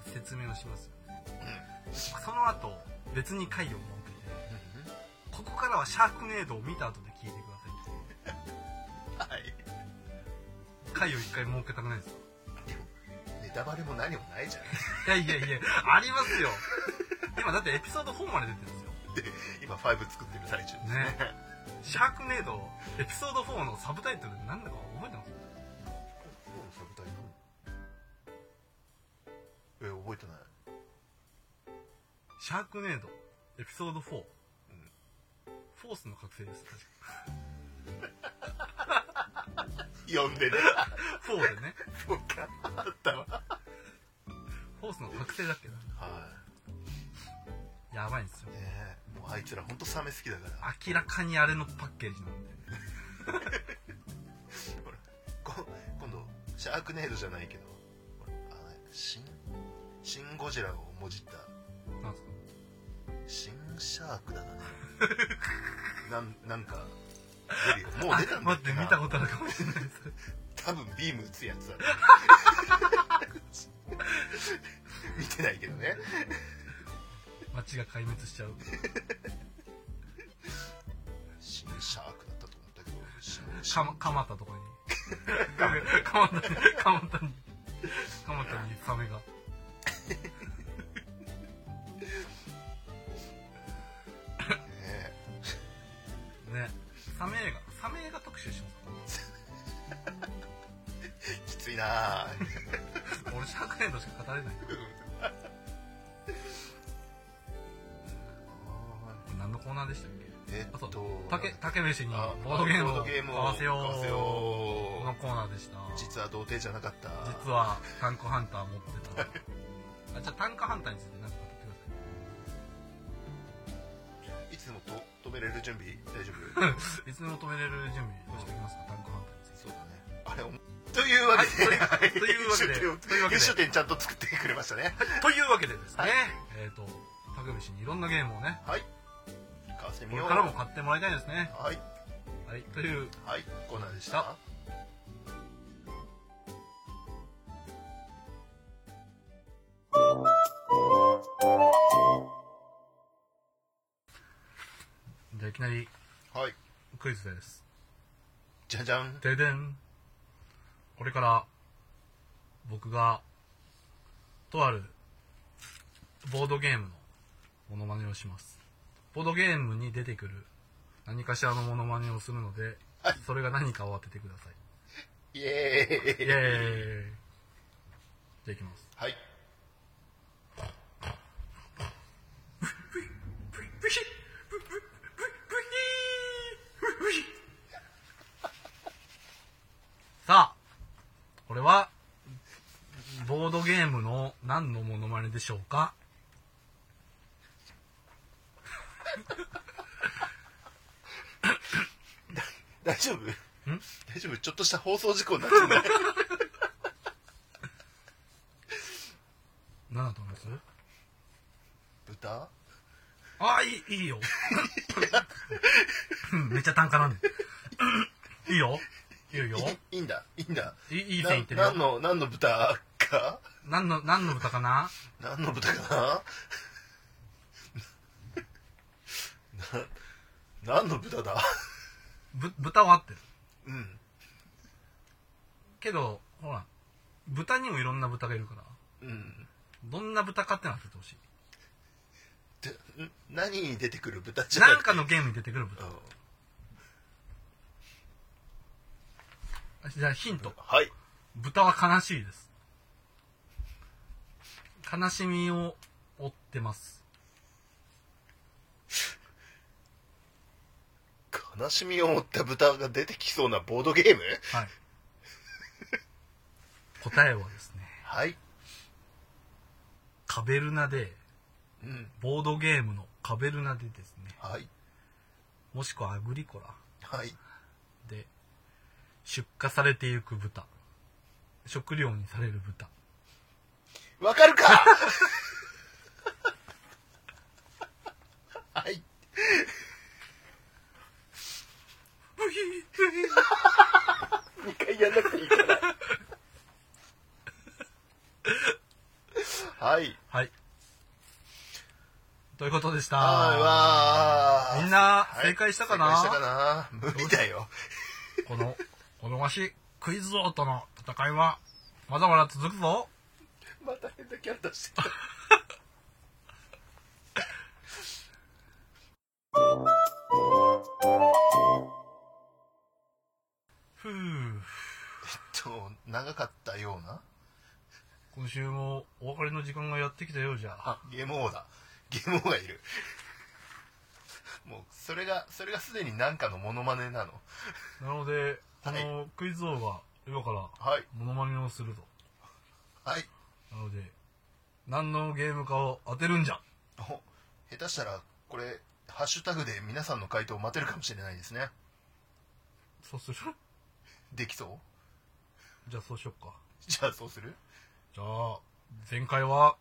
Speaker 1: っていう説明をしますよねその後別に回を設けてここからはシャークネードを見た後で聞いてくださいっていう
Speaker 2: はい
Speaker 1: 回を一回設けたくないですか
Speaker 2: ネタバレも何もないじゃん
Speaker 1: いやいやいやありますよ今だってエピソード4まで出てるんですよ
Speaker 2: 今5作ってる最中ですね
Speaker 1: ねシャークネードエピソード4のサブタイトルなんだか覚えてます
Speaker 2: サブタイ トルえ覚えてない
Speaker 1: シャークネードエピソード4、フォースの覚醒です確か
Speaker 2: 読んでね
Speaker 1: フォーでね
Speaker 2: そうかあったわ
Speaker 1: フォースの覚醒だっけな
Speaker 2: は
Speaker 1: やばいんですよ
Speaker 2: いねえもうあいつら本当サメ好きだから
Speaker 1: 明らかにあれのパッケージなんで
Speaker 2: ほらこ今度シャークネードじゃないけどほらあのシンシンゴジラをもじった
Speaker 1: なんですか
Speaker 2: シンシャークだななん なんか出るよもう出たんだ
Speaker 1: 待
Speaker 2: っ
Speaker 1: っ
Speaker 2: け
Speaker 1: て
Speaker 2: な
Speaker 1: 見たことあるかもしれないです
Speaker 2: 多分ビーム打つやつだね 見てないけどね
Speaker 1: 街が壊滅しちゃう
Speaker 2: シンシャークだったと思ったけどシンシャ
Speaker 1: かま蒲田とかに 蒲田に蒲田に蒲田にサメが
Speaker 2: ークね
Speaker 1: ねサメ映画サメ映画特集します
Speaker 2: きついなあ
Speaker 1: か俺シャークネードしか語れない何のコーナーでしたっけ
Speaker 2: え
Speaker 1: あ
Speaker 2: っ
Speaker 1: そう
Speaker 2: と
Speaker 1: 竹竹飯に
Speaker 2: あ
Speaker 1: ボードゲーム
Speaker 2: ボー
Speaker 1: を
Speaker 2: ドゲームを
Speaker 1: 買わせよ
Speaker 2: 買わせ
Speaker 1: う
Speaker 2: よ
Speaker 1: こ
Speaker 2: う
Speaker 1: のコーナーでした
Speaker 2: 実は童貞じゃなかった
Speaker 1: 実はタンクハンター持ってたあじゃあタンクハンターについて何か語ってください
Speaker 2: いつでもと止めれる準備大丈夫
Speaker 1: いつでも止めれる準備をしておきますか、タンクハンターについ
Speaker 2: そうだねあれおもというわけで、
Speaker 1: はいというわけで
Speaker 2: 編集点を
Speaker 1: というわけで
Speaker 2: 編集点ちゃんと作ってくれましたね
Speaker 1: て。というわけでですね、えっ、と、タグビシにいろんなゲームをね、
Speaker 2: はい買わせて
Speaker 1: こ
Speaker 2: み
Speaker 1: れ
Speaker 2: よう
Speaker 1: からも買ってもらいたいですね。
Speaker 2: はい
Speaker 1: はい、という
Speaker 2: はいコーナーでした
Speaker 1: じゃあいきなり
Speaker 2: はい
Speaker 1: クイズです。
Speaker 2: じゃじゃん
Speaker 1: ででん。これから、僕が、とある、ボードゲームのモノマネをします。ボードゲームに出てくる何かしらのモノマネをするので、それが何かを当ててくださ い。
Speaker 2: イ
Speaker 1: イ
Speaker 2: エーイ
Speaker 1: エーイ。じゃあいきます。
Speaker 2: はい
Speaker 1: さあ、これは、ボードゲームの何のモノマネでしょうか
Speaker 2: 大丈夫大丈夫ちょっとした放送事故になっち ゃうね
Speaker 1: 何だと思います
Speaker 2: 豚
Speaker 1: ああ、いい、いいよ。 うんめっちゃ単価なんで。いいよ。いいよ。
Speaker 2: いいんだいいんだ
Speaker 1: いいいい
Speaker 2: な
Speaker 1: 線いってる
Speaker 2: 何
Speaker 1: よ。
Speaker 2: の何の豚か
Speaker 1: 何の、何の歌かな
Speaker 2: 何の豚か なな何の豚だ
Speaker 1: ぶ、豚は合ってる。
Speaker 2: うん
Speaker 1: けど、ほら、豚にもいろんな豚がいるから、
Speaker 2: うん
Speaker 1: どんな豚かってのは当ててほしい。
Speaker 2: ってん何に出てくる豚じ
Speaker 1: な
Speaker 2: ゃ
Speaker 1: ん
Speaker 2: くて
Speaker 1: かのゲームに出てくる
Speaker 2: う
Speaker 1: 豚
Speaker 2: ん
Speaker 1: じゃあヒント
Speaker 2: はい
Speaker 1: 豚は悲しいです悲しみを負ってます
Speaker 2: 悲しみを持った豚が出てきそうなボードゲーム
Speaker 1: はい答えはですね
Speaker 2: はい
Speaker 1: カベルナで
Speaker 2: うん
Speaker 1: ボードゲームのカベルナでですね
Speaker 2: はい
Speaker 1: もしくはアグリコラ
Speaker 2: はい
Speaker 1: で出荷されていく豚食料にされる豚
Speaker 2: わかるかはい2回やんなくていいからはい
Speaker 1: はいということでした
Speaker 2: あーうわー
Speaker 1: みんな
Speaker 2: はい
Speaker 1: 正解したかな、
Speaker 2: 正解したかな無理だよ
Speaker 1: このこのわしクイズ王との戦いはまだまだ続くぞ
Speaker 2: また変なキャラ出してた
Speaker 1: ふう
Speaker 2: と長かったような
Speaker 1: 今週もお別れの時間がやってきたようじゃ
Speaker 2: あゲームオーだゲームオーがいるもうそれがそれがすでに何かのモノマネなの
Speaker 1: なのでこ
Speaker 2: はい
Speaker 1: のクイズ王が今から
Speaker 2: はい
Speaker 1: モノマネをすると
Speaker 2: はい
Speaker 1: なので何のゲームかを当てるんじゃ
Speaker 2: お下手したらこれハッシュタグで皆さんの回答を待てるかもしれないですね
Speaker 1: そうする
Speaker 2: できそう
Speaker 1: じゃあそうしよっか
Speaker 2: じゃあそうする
Speaker 1: じゃあ、前回は、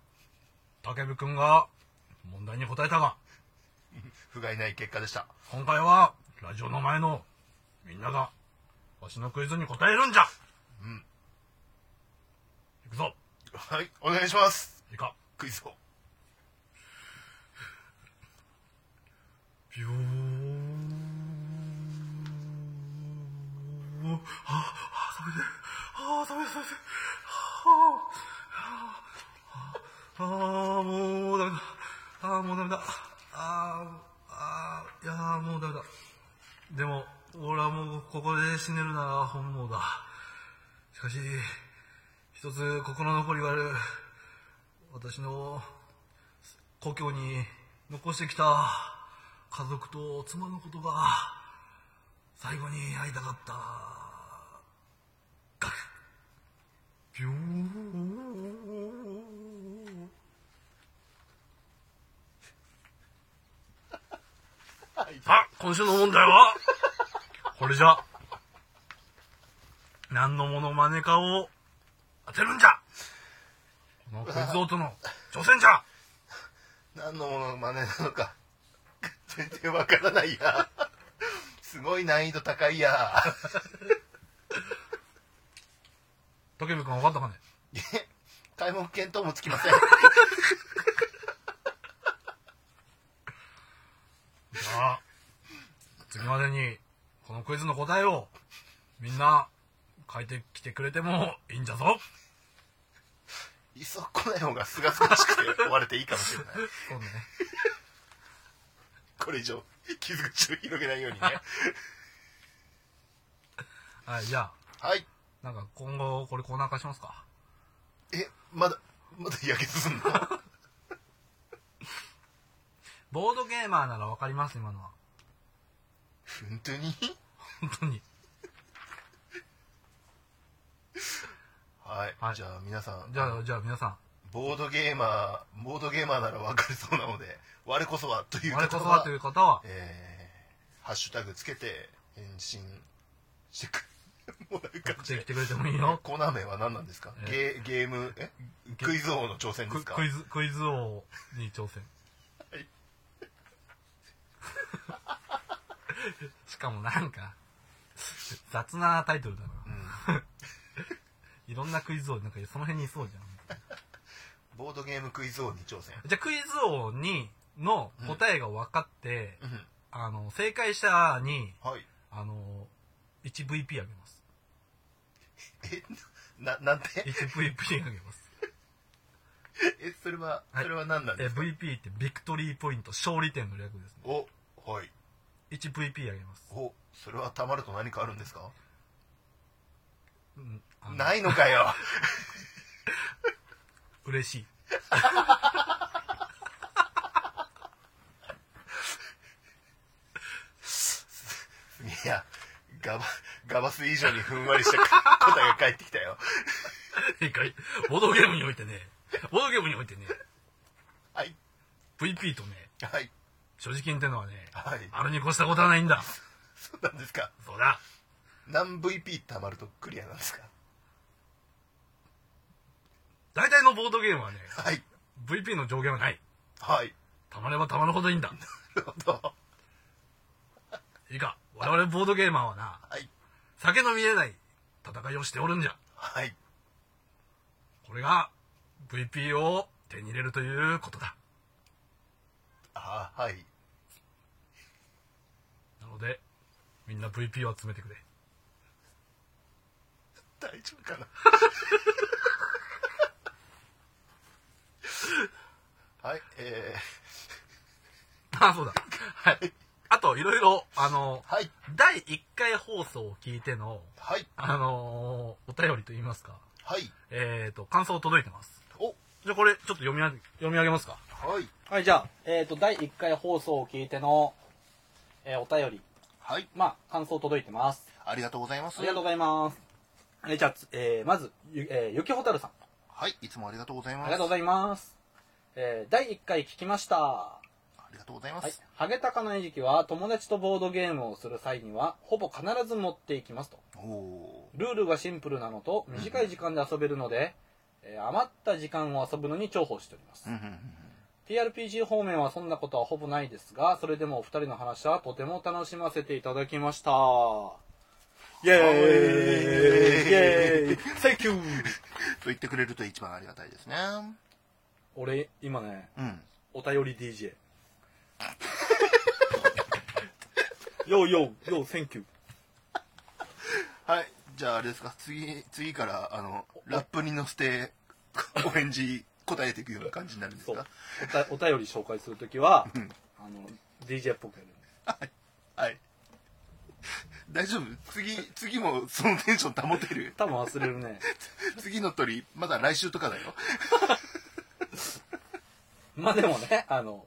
Speaker 1: 武部くんが問題に答えたが、
Speaker 2: 不甲斐ない結果でした
Speaker 1: 今回は、ラジオの前のみんなが、わしのクイズに答えるんじゃ
Speaker 2: うん
Speaker 1: 行くぞ
Speaker 2: はいお願いします
Speaker 1: いいか
Speaker 2: クイズを
Speaker 1: ビューあ、あ、ダメだ。あ、ダメだ、ダメだ。あ、あ、あ、もうダメだ。あ、もうダメだ。あ、あ、いやー、もうダメだ。でも、俺はもうここで死ねるなら本望だ。しかし、一つ心残りがある。私の故郷に残してきた家族と妻のことが最後に会いたかったガクビューさあ今週の問題はこれじゃ何のモノマネかを当てるんじゃこのクイズ王との挑戦じゃ
Speaker 2: 何のモノマネなのか全然わからないやすごい難易度高いや
Speaker 1: 竹部君分かったかね
Speaker 2: え開目検討もつきません
Speaker 1: じゃあ、次までに、このクイズの答えを、みんな、書いてきてくれても いいんじゃぞ。
Speaker 2: いっそ来ない方がすがすがしくて終われていいかもしれない
Speaker 1: そうね。
Speaker 2: これ以上傷口を広げないようにね
Speaker 1: はい、じゃあ、
Speaker 2: はい
Speaker 1: なんか今後、これコーナー化しますか。
Speaker 2: えまだまだやけどすんの
Speaker 1: ボードゲーマーならわかります、今のは。
Speaker 2: 本当に
Speaker 1: 本当に。
Speaker 2: はい、
Speaker 1: はい
Speaker 2: じゃあ皆さん
Speaker 1: じゃあ、じゃあ皆さ
Speaker 2: ボードゲーマーボードゲーマーならわかりそうなので我こそはとい
Speaker 1: ん、
Speaker 2: う
Speaker 1: 我
Speaker 2: 方
Speaker 1: こそ
Speaker 2: は
Speaker 1: はという方は、
Speaker 2: えーハッシュタグつけて返信してく もらう感
Speaker 1: 送っ
Speaker 2: じ
Speaker 1: てきてくれてもいいよ。
Speaker 2: コーナー名は何なんですか、ゲーゲームえクイズ王の挑戦で
Speaker 1: ク
Speaker 2: すか
Speaker 1: クイズ、クイズ王に挑戦。
Speaker 2: はい
Speaker 1: しかもなんか、雑なタイトルだな。いろんなクイズ王、なんかその辺にいそう じゃん。
Speaker 2: ボードゲームクイズ王に挑戦
Speaker 1: じゃあクイズ王にの答えが分かって、
Speaker 2: うん
Speaker 1: あの正解者に
Speaker 2: はい
Speaker 1: あの 1VP あげます
Speaker 2: えななんて
Speaker 1: 1VP あげます
Speaker 2: えそれは
Speaker 4: はい
Speaker 2: それは何なん
Speaker 4: え
Speaker 2: で
Speaker 4: ー
Speaker 2: すか、
Speaker 4: VP ってビクトリーポイント勝利点の略ですね
Speaker 2: おはい
Speaker 4: 1VP あげます、
Speaker 2: おそれはたまると何かあるんですか
Speaker 4: うん、あの
Speaker 2: ないのかよ
Speaker 4: 嬉しい
Speaker 2: いやガバガバス以上にふんわりした 答えが返ってきたよ
Speaker 4: 正解ボードゲームにおいてねボードゲームにおいてね
Speaker 2: はい
Speaker 4: VP とね
Speaker 2: はい
Speaker 4: 所持金ってのはね
Speaker 2: はい
Speaker 4: あれに越したことはないんだ
Speaker 2: そうなんですか
Speaker 4: そうだ
Speaker 2: 何 VP たまるとクリアなんですか
Speaker 4: 大体のボードゲームはね
Speaker 2: はい
Speaker 4: VP の上限はない
Speaker 2: はい
Speaker 4: たまればたまるほどいいんだ
Speaker 2: なるほど
Speaker 4: いいか我々ボードゲーマーはな
Speaker 2: はい
Speaker 4: 酒の見えない戦いをしておるんじゃ
Speaker 2: はい
Speaker 4: これが VP を手に入れるということだ
Speaker 2: あはい
Speaker 4: なのでみんな VP を集めてくれ
Speaker 2: 大丈夫かなはいえ
Speaker 4: あそうだはいあといろいろあの
Speaker 2: ー、はい
Speaker 4: 第1回放送を聞いての
Speaker 2: はい
Speaker 4: あのーお便りといいますか
Speaker 2: はい
Speaker 4: えっ、と感想届いてます
Speaker 2: お
Speaker 4: じゃあこれちょっと読み上げ読み上げますか
Speaker 2: はい
Speaker 1: はい、じゃあ、えっ、と、第1回放送を聞いての、えーお便り、
Speaker 2: はい
Speaker 1: まあ、感想届いてます。
Speaker 2: ありがとうございます
Speaker 1: ありがとうございます。えーじゃあ、つえーまず、ゆ、えーゆきほたるさん。
Speaker 2: はいいつもありがとうござい
Speaker 1: あ
Speaker 2: ます
Speaker 1: りがとうございます。えー第1回聞きました。は
Speaker 2: ありがとうございま
Speaker 1: い
Speaker 2: す。
Speaker 1: ハゲタカの餌食は、友達とボードゲームをする際には、ほぼ必ず持っていきますと。
Speaker 2: おお
Speaker 1: ルールがシンプルなのと、短い時間で遊べるので、えー余った時間を遊ぶのに重宝しております
Speaker 2: ーう。んうんうん
Speaker 1: TRPG 方面はそんなことはほぼないですが、それでもお二人の話はとても楽しませていただきました。イェーイイェーイ !Thank you!
Speaker 2: と言ってくれると一番ありがたいですね
Speaker 1: 俺、今ね、
Speaker 2: うん
Speaker 1: お便り DJ。ようようよう、Thank you!
Speaker 2: はいじゃああれですか次次からあのラップに乗せてお返事答えていくような感じになるんです
Speaker 1: そう
Speaker 2: か。
Speaker 1: おたお便り紹介するときは、あの、DJ っぽくやる。
Speaker 2: はい。 大丈夫次、次もそのテンション保てる
Speaker 1: 多分忘れるね。
Speaker 2: 次の鳥、まだ来週とかだよ。
Speaker 1: まあでもね、あの、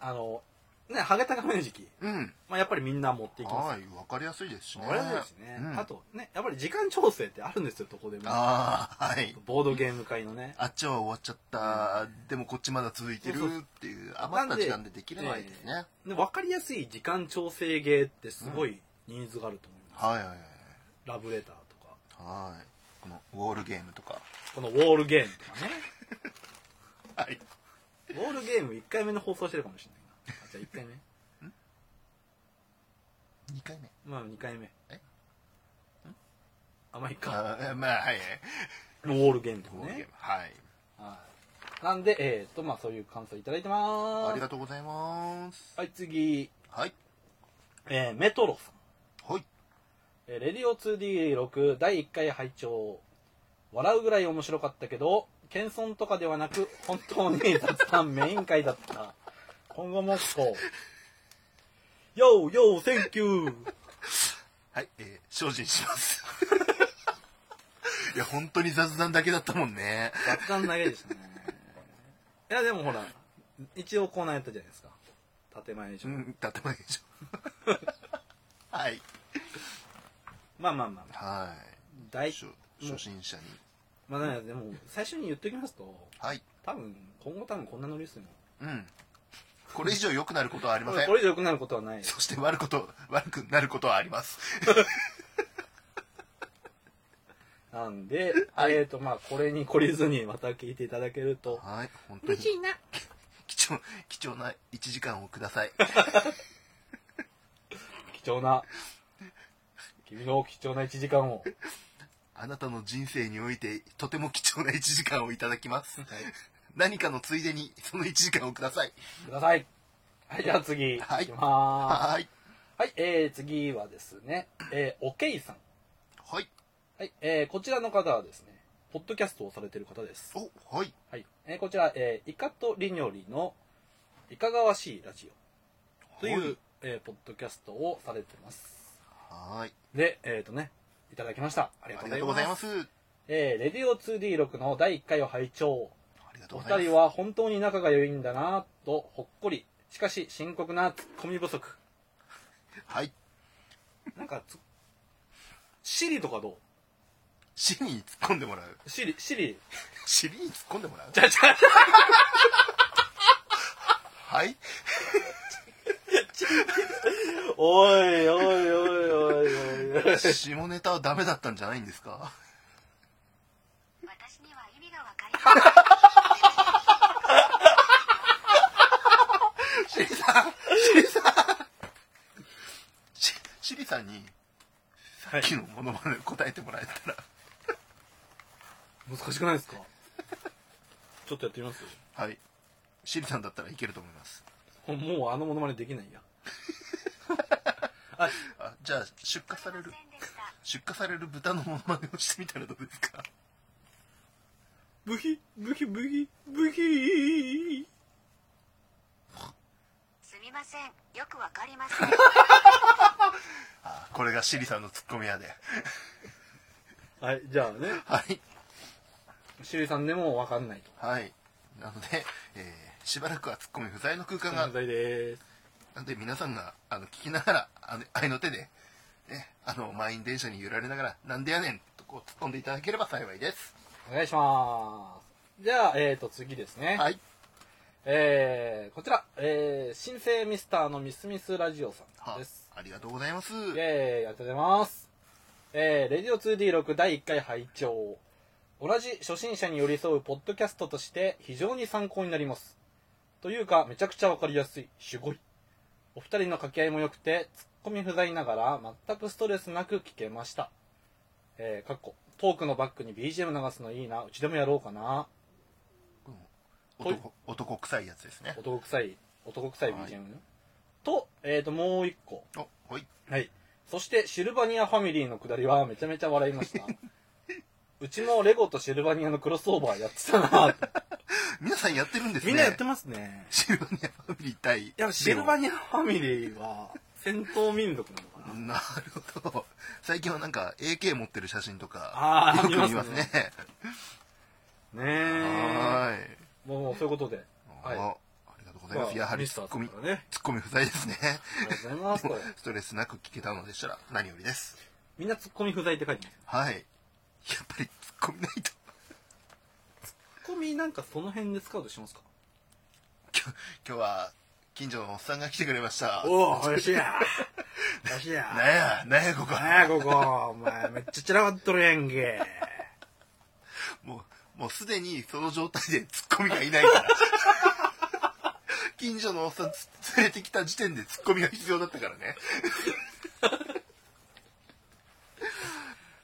Speaker 1: あの、ね、ハゲタカの時期、
Speaker 2: うん。
Speaker 1: まあやっぱりみんな持っていきます。
Speaker 2: はい、わかりやすいですしね。
Speaker 1: あれですね、
Speaker 2: うん
Speaker 1: あとね、やっぱり時間調整ってあるんですよ、どこでも。
Speaker 2: ああ、はい。
Speaker 1: ボードゲーム会のね。
Speaker 2: あっちは終わっちゃった。でもこっちまだ続いてる
Speaker 1: そうそう
Speaker 2: っていう、余った時間でできればいいですね。
Speaker 1: で分かりやすい時間調整ゲーってすごいニーズがあると思います。
Speaker 2: はいはいはい。
Speaker 1: ラブレターとか、
Speaker 2: はい。このウォールゲームとか。
Speaker 1: このウォールゲームとかね。
Speaker 2: はい。
Speaker 1: ウォールゲーム1回目の放送してるかもしれ ないな。あ、じゃあ1回目。
Speaker 2: 2回目。
Speaker 1: まあ2回目。
Speaker 2: えん
Speaker 1: あ、まあいいか。
Speaker 2: あーまあ、はい。
Speaker 1: ウォールゲームと
Speaker 2: ウォ
Speaker 1: か
Speaker 2: ールゲー
Speaker 1: ね
Speaker 2: ム。。はい。
Speaker 1: はい。なんで、えっ、と、まあそういう感想いただいてま
Speaker 2: あ
Speaker 1: ー
Speaker 2: り
Speaker 1: す。
Speaker 2: がとうございます。
Speaker 1: はい、次、
Speaker 2: はい。
Speaker 1: えーメトロさん。
Speaker 2: はい。
Speaker 1: えーレディオ 2D6 第1回拝聴笑うぐらい面白かったけど謙遜とかではなく本当に雑談メイン会だった今後も こうようようセンキュー
Speaker 2: はい、えー、精進します。 いや、本当に雑談だけだったもんね。
Speaker 1: 雑談だけでしたねいやでもほら一応コーナーやったじゃないですか建前でし
Speaker 2: う
Speaker 1: ょ、
Speaker 2: ん、だってもいいでしょ。はい。
Speaker 1: まあまあまあ
Speaker 2: は
Speaker 1: 大
Speaker 2: い。初初心者に。
Speaker 1: まあでも最初に言っときますと
Speaker 2: はい。
Speaker 1: 多分今後多分こんなノリですよ
Speaker 2: うん。これ以上良くなることはありません
Speaker 1: こ。れ以上良くなることはない
Speaker 2: そして悪こと、悪くなることはあります。
Speaker 1: なんで、えっ、と、まあ、これに懲りずにまた聞いていただけると。
Speaker 2: はい、本当に。貴重、貴重な1時間をください。
Speaker 1: 貴重な、君の貴重な1時間を。
Speaker 2: あなたの人生において、とても貴重な1時間をいただきます。何かのついでに、その1時間をください。
Speaker 1: ください。はい、じゃあ次、
Speaker 2: はい
Speaker 1: 行きま
Speaker 2: はい。
Speaker 1: ーす。はい、えー、次はですね、えー、おけいさん。
Speaker 2: はい。
Speaker 1: はい、えー、こちらの方はですね、ポッドキャストをされている方です。
Speaker 2: おはい
Speaker 1: はい。えーこちら、えーイカとリニョリのいかがわしいラジオという、えーポッドキャストをされてます。
Speaker 2: はーい
Speaker 1: で、えっ、とね、いただきました。ありが
Speaker 2: あ
Speaker 1: とう
Speaker 2: り
Speaker 1: ご
Speaker 2: が
Speaker 1: ざい
Speaker 2: とうご
Speaker 1: ます
Speaker 2: ざ。います
Speaker 1: えーレディオ 2D6 の第1回を拝聴。
Speaker 2: ありがと
Speaker 1: お
Speaker 2: うござ
Speaker 1: 二
Speaker 2: い
Speaker 1: 人
Speaker 2: ます
Speaker 1: は本当に仲が良いんだなぁとほっこり。しかし、深刻なツッコミ不足。
Speaker 2: はい
Speaker 1: なんかつ、シリとかど
Speaker 2: 死に突っ込んでもらう
Speaker 1: うシリ、シリ。
Speaker 2: 尻に突っ込んでもらう
Speaker 1: じゃじゃ
Speaker 2: はい
Speaker 1: おいおいおいおいおいおい。
Speaker 2: 下ネタはダメだったんじゃないんですか
Speaker 5: 私には意味がわかりま せん。
Speaker 2: シリさんシリさんしシリさんにさっきのものまね答えてもらえたら
Speaker 1: 難しくないですかちょっとやってみます
Speaker 2: はいシリさんだったらいけると思います
Speaker 1: もうあのモノマネできないや。
Speaker 2: あじゃあ出荷される
Speaker 5: すいませんでした。
Speaker 2: 出荷される豚のものまねをしてみたらどうですか
Speaker 1: ブヒ、ブヒ、ブヒ、ブヒ
Speaker 5: すみません。よくわかりません。
Speaker 2: あこれがシリさんのツッコミやで
Speaker 1: はい、じゃあね、
Speaker 2: はい
Speaker 1: シリさんでもわかんないと。
Speaker 2: はいなので、えーしばらくはツッコミ不在の空間が
Speaker 1: 犯罪です。
Speaker 2: なんで皆さんがあの聞きながらあの愛の手で、ね、あの満員電車に揺られながら「なんでやねん」とこう突っ込んでいただければ幸いです
Speaker 1: お願いします。じゃあ、えーと、次ですね。
Speaker 2: はい
Speaker 1: えー、こちら、えー、新生ミスターのミスミスラジオさん
Speaker 2: は
Speaker 1: です。
Speaker 2: ありがとうございます
Speaker 1: イェーイ、ありがとうございます。えー、レディオ 2D6 第1回拝聴同じ初心者に寄り添うポッドキャストとして非常に参考になります。というか、めちゃくちゃわかりやすい。すごい。お二人の掛け合いも良くて、ツッコミ不在ながら全くストレスなく聞けました。えー、かっこ、トークのバックに BGM 流すのいいな。うちでもやろうかな。
Speaker 2: 男男臭いやつですね
Speaker 1: 男臭い、男臭い BGM、
Speaker 2: はい
Speaker 1: と、えっ、と、もう一個。
Speaker 2: おはい
Speaker 1: はい。そして、シルバニアファミリーのくだりはめちゃめちゃ笑いま した。うちもレゴとシルバニアのクロスオーバーやってたなぁ
Speaker 2: 皆さんやってるんですね
Speaker 1: ますね。
Speaker 2: シルバニアファミリー対
Speaker 1: いや、シルバニアファミリーは戦闘民族なのかな。
Speaker 2: なるほど最近はなんか AK 持ってる写真とか
Speaker 1: あ
Speaker 2: よ
Speaker 1: ー
Speaker 2: く見ますね。
Speaker 1: ねえ。
Speaker 2: はーい
Speaker 1: もうもう、そういうことで。はい
Speaker 2: あありがとうございます、
Speaker 1: まあ
Speaker 2: やはり
Speaker 1: ミス
Speaker 2: ツ
Speaker 1: タ
Speaker 2: ッ
Speaker 1: ー
Speaker 2: コミ
Speaker 1: さんからね
Speaker 2: ツッコミ不在ですね
Speaker 1: ありがとうございます。これ
Speaker 2: ストレスなく聞けたのでしたら何よりです
Speaker 1: みんなツッコミ不在って書いてます。
Speaker 2: はいやっぱりツッコミないと
Speaker 1: ツッコミなんかその辺で使うとしますか
Speaker 2: 今日今日は近所のおっさんが来てくれました
Speaker 1: おお、おいしい や。おい しいや
Speaker 2: なんやなんやここ
Speaker 1: ねえ、ここ。お前、めっちゃ散らかっとるやんけ。
Speaker 2: もうもうすでにその状態でツッコミがいないから 近所のおっさんつ連れてきた時点でツッコミが必要だったからね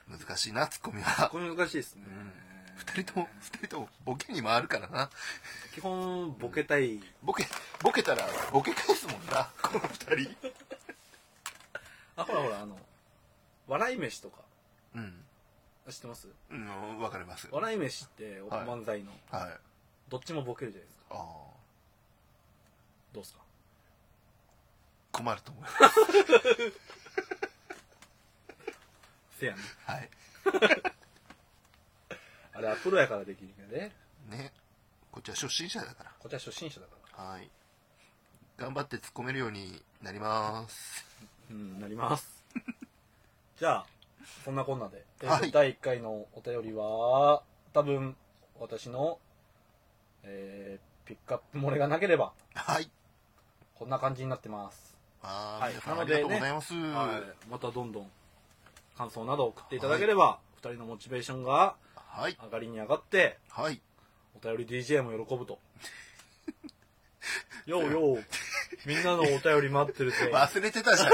Speaker 2: 難しいなツッコミは
Speaker 1: これ難しいですね。
Speaker 2: 2人とも2人ともボケに回るからな
Speaker 1: 基本、ボケたい。
Speaker 2: ボケボケたらボケ返すもんなこの2人
Speaker 1: あ、ほらほら、あの、笑い飯とか、
Speaker 2: うん
Speaker 1: 知ってます
Speaker 2: うん分かりますはい
Speaker 1: 笑い飯って、お
Speaker 2: はい
Speaker 1: 漫才の、
Speaker 2: あ
Speaker 1: どっちもボケるじゃないですか。
Speaker 2: あ
Speaker 1: どうっすか
Speaker 2: 困る と思います
Speaker 1: せやね。
Speaker 2: はい
Speaker 1: あれはプロやからできるけどね。
Speaker 2: ねこっちは初心者だから
Speaker 1: こっちは初心者だから。
Speaker 2: はい頑張って突っ込めるようになります
Speaker 1: うん、なります。じゃあ、そんなこんなで、えーと
Speaker 2: はい
Speaker 1: 第1回のお便りは、多分、私の、えー、ピックアップ漏れがなければ、
Speaker 2: はい
Speaker 1: こんな感じになってます。
Speaker 2: あー、
Speaker 1: はい
Speaker 2: 皆さん
Speaker 1: な
Speaker 2: あ
Speaker 1: の
Speaker 2: りが
Speaker 1: で
Speaker 2: と
Speaker 1: ね
Speaker 2: うございます、
Speaker 1: はい、またどんどん感想など送っていただければ、2人のモチベーションが
Speaker 2: はい
Speaker 1: 上がりに上がって
Speaker 2: はい
Speaker 1: お便り DJ も喜ぶと ようようみんなのお便り待ってるぜ
Speaker 2: 忘れてたじゃん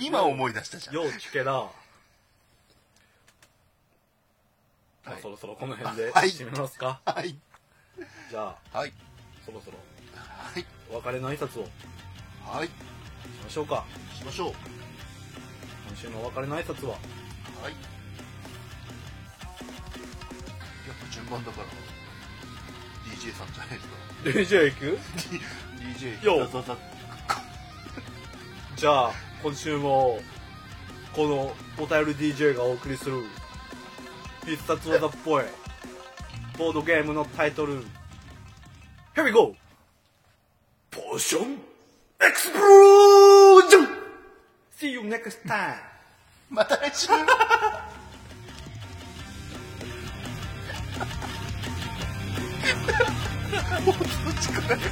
Speaker 2: 今思い出したじゃん
Speaker 1: ようチケラ、まあ
Speaker 2: はい
Speaker 1: そろそろこの辺で
Speaker 2: はい
Speaker 1: 締めますか、
Speaker 2: はい
Speaker 1: じゃあ
Speaker 2: はい
Speaker 1: そろそろ
Speaker 2: はい
Speaker 1: お別れの挨拶をし
Speaker 2: はい
Speaker 1: ましょうか
Speaker 2: しましょう
Speaker 1: 今週のお別れの挨拶は
Speaker 2: はいまあだから DJ さんじゃないですか
Speaker 1: えじゃあ行く
Speaker 2: DJ
Speaker 1: よう
Speaker 2: ザザザ
Speaker 1: じゃあ今週もこのお便り DJ がお送りする必殺技っぽいボードゲームのタイトル Here we go! ポーションエクスプロージョン !See you next time!
Speaker 2: また来週もうどっちからよ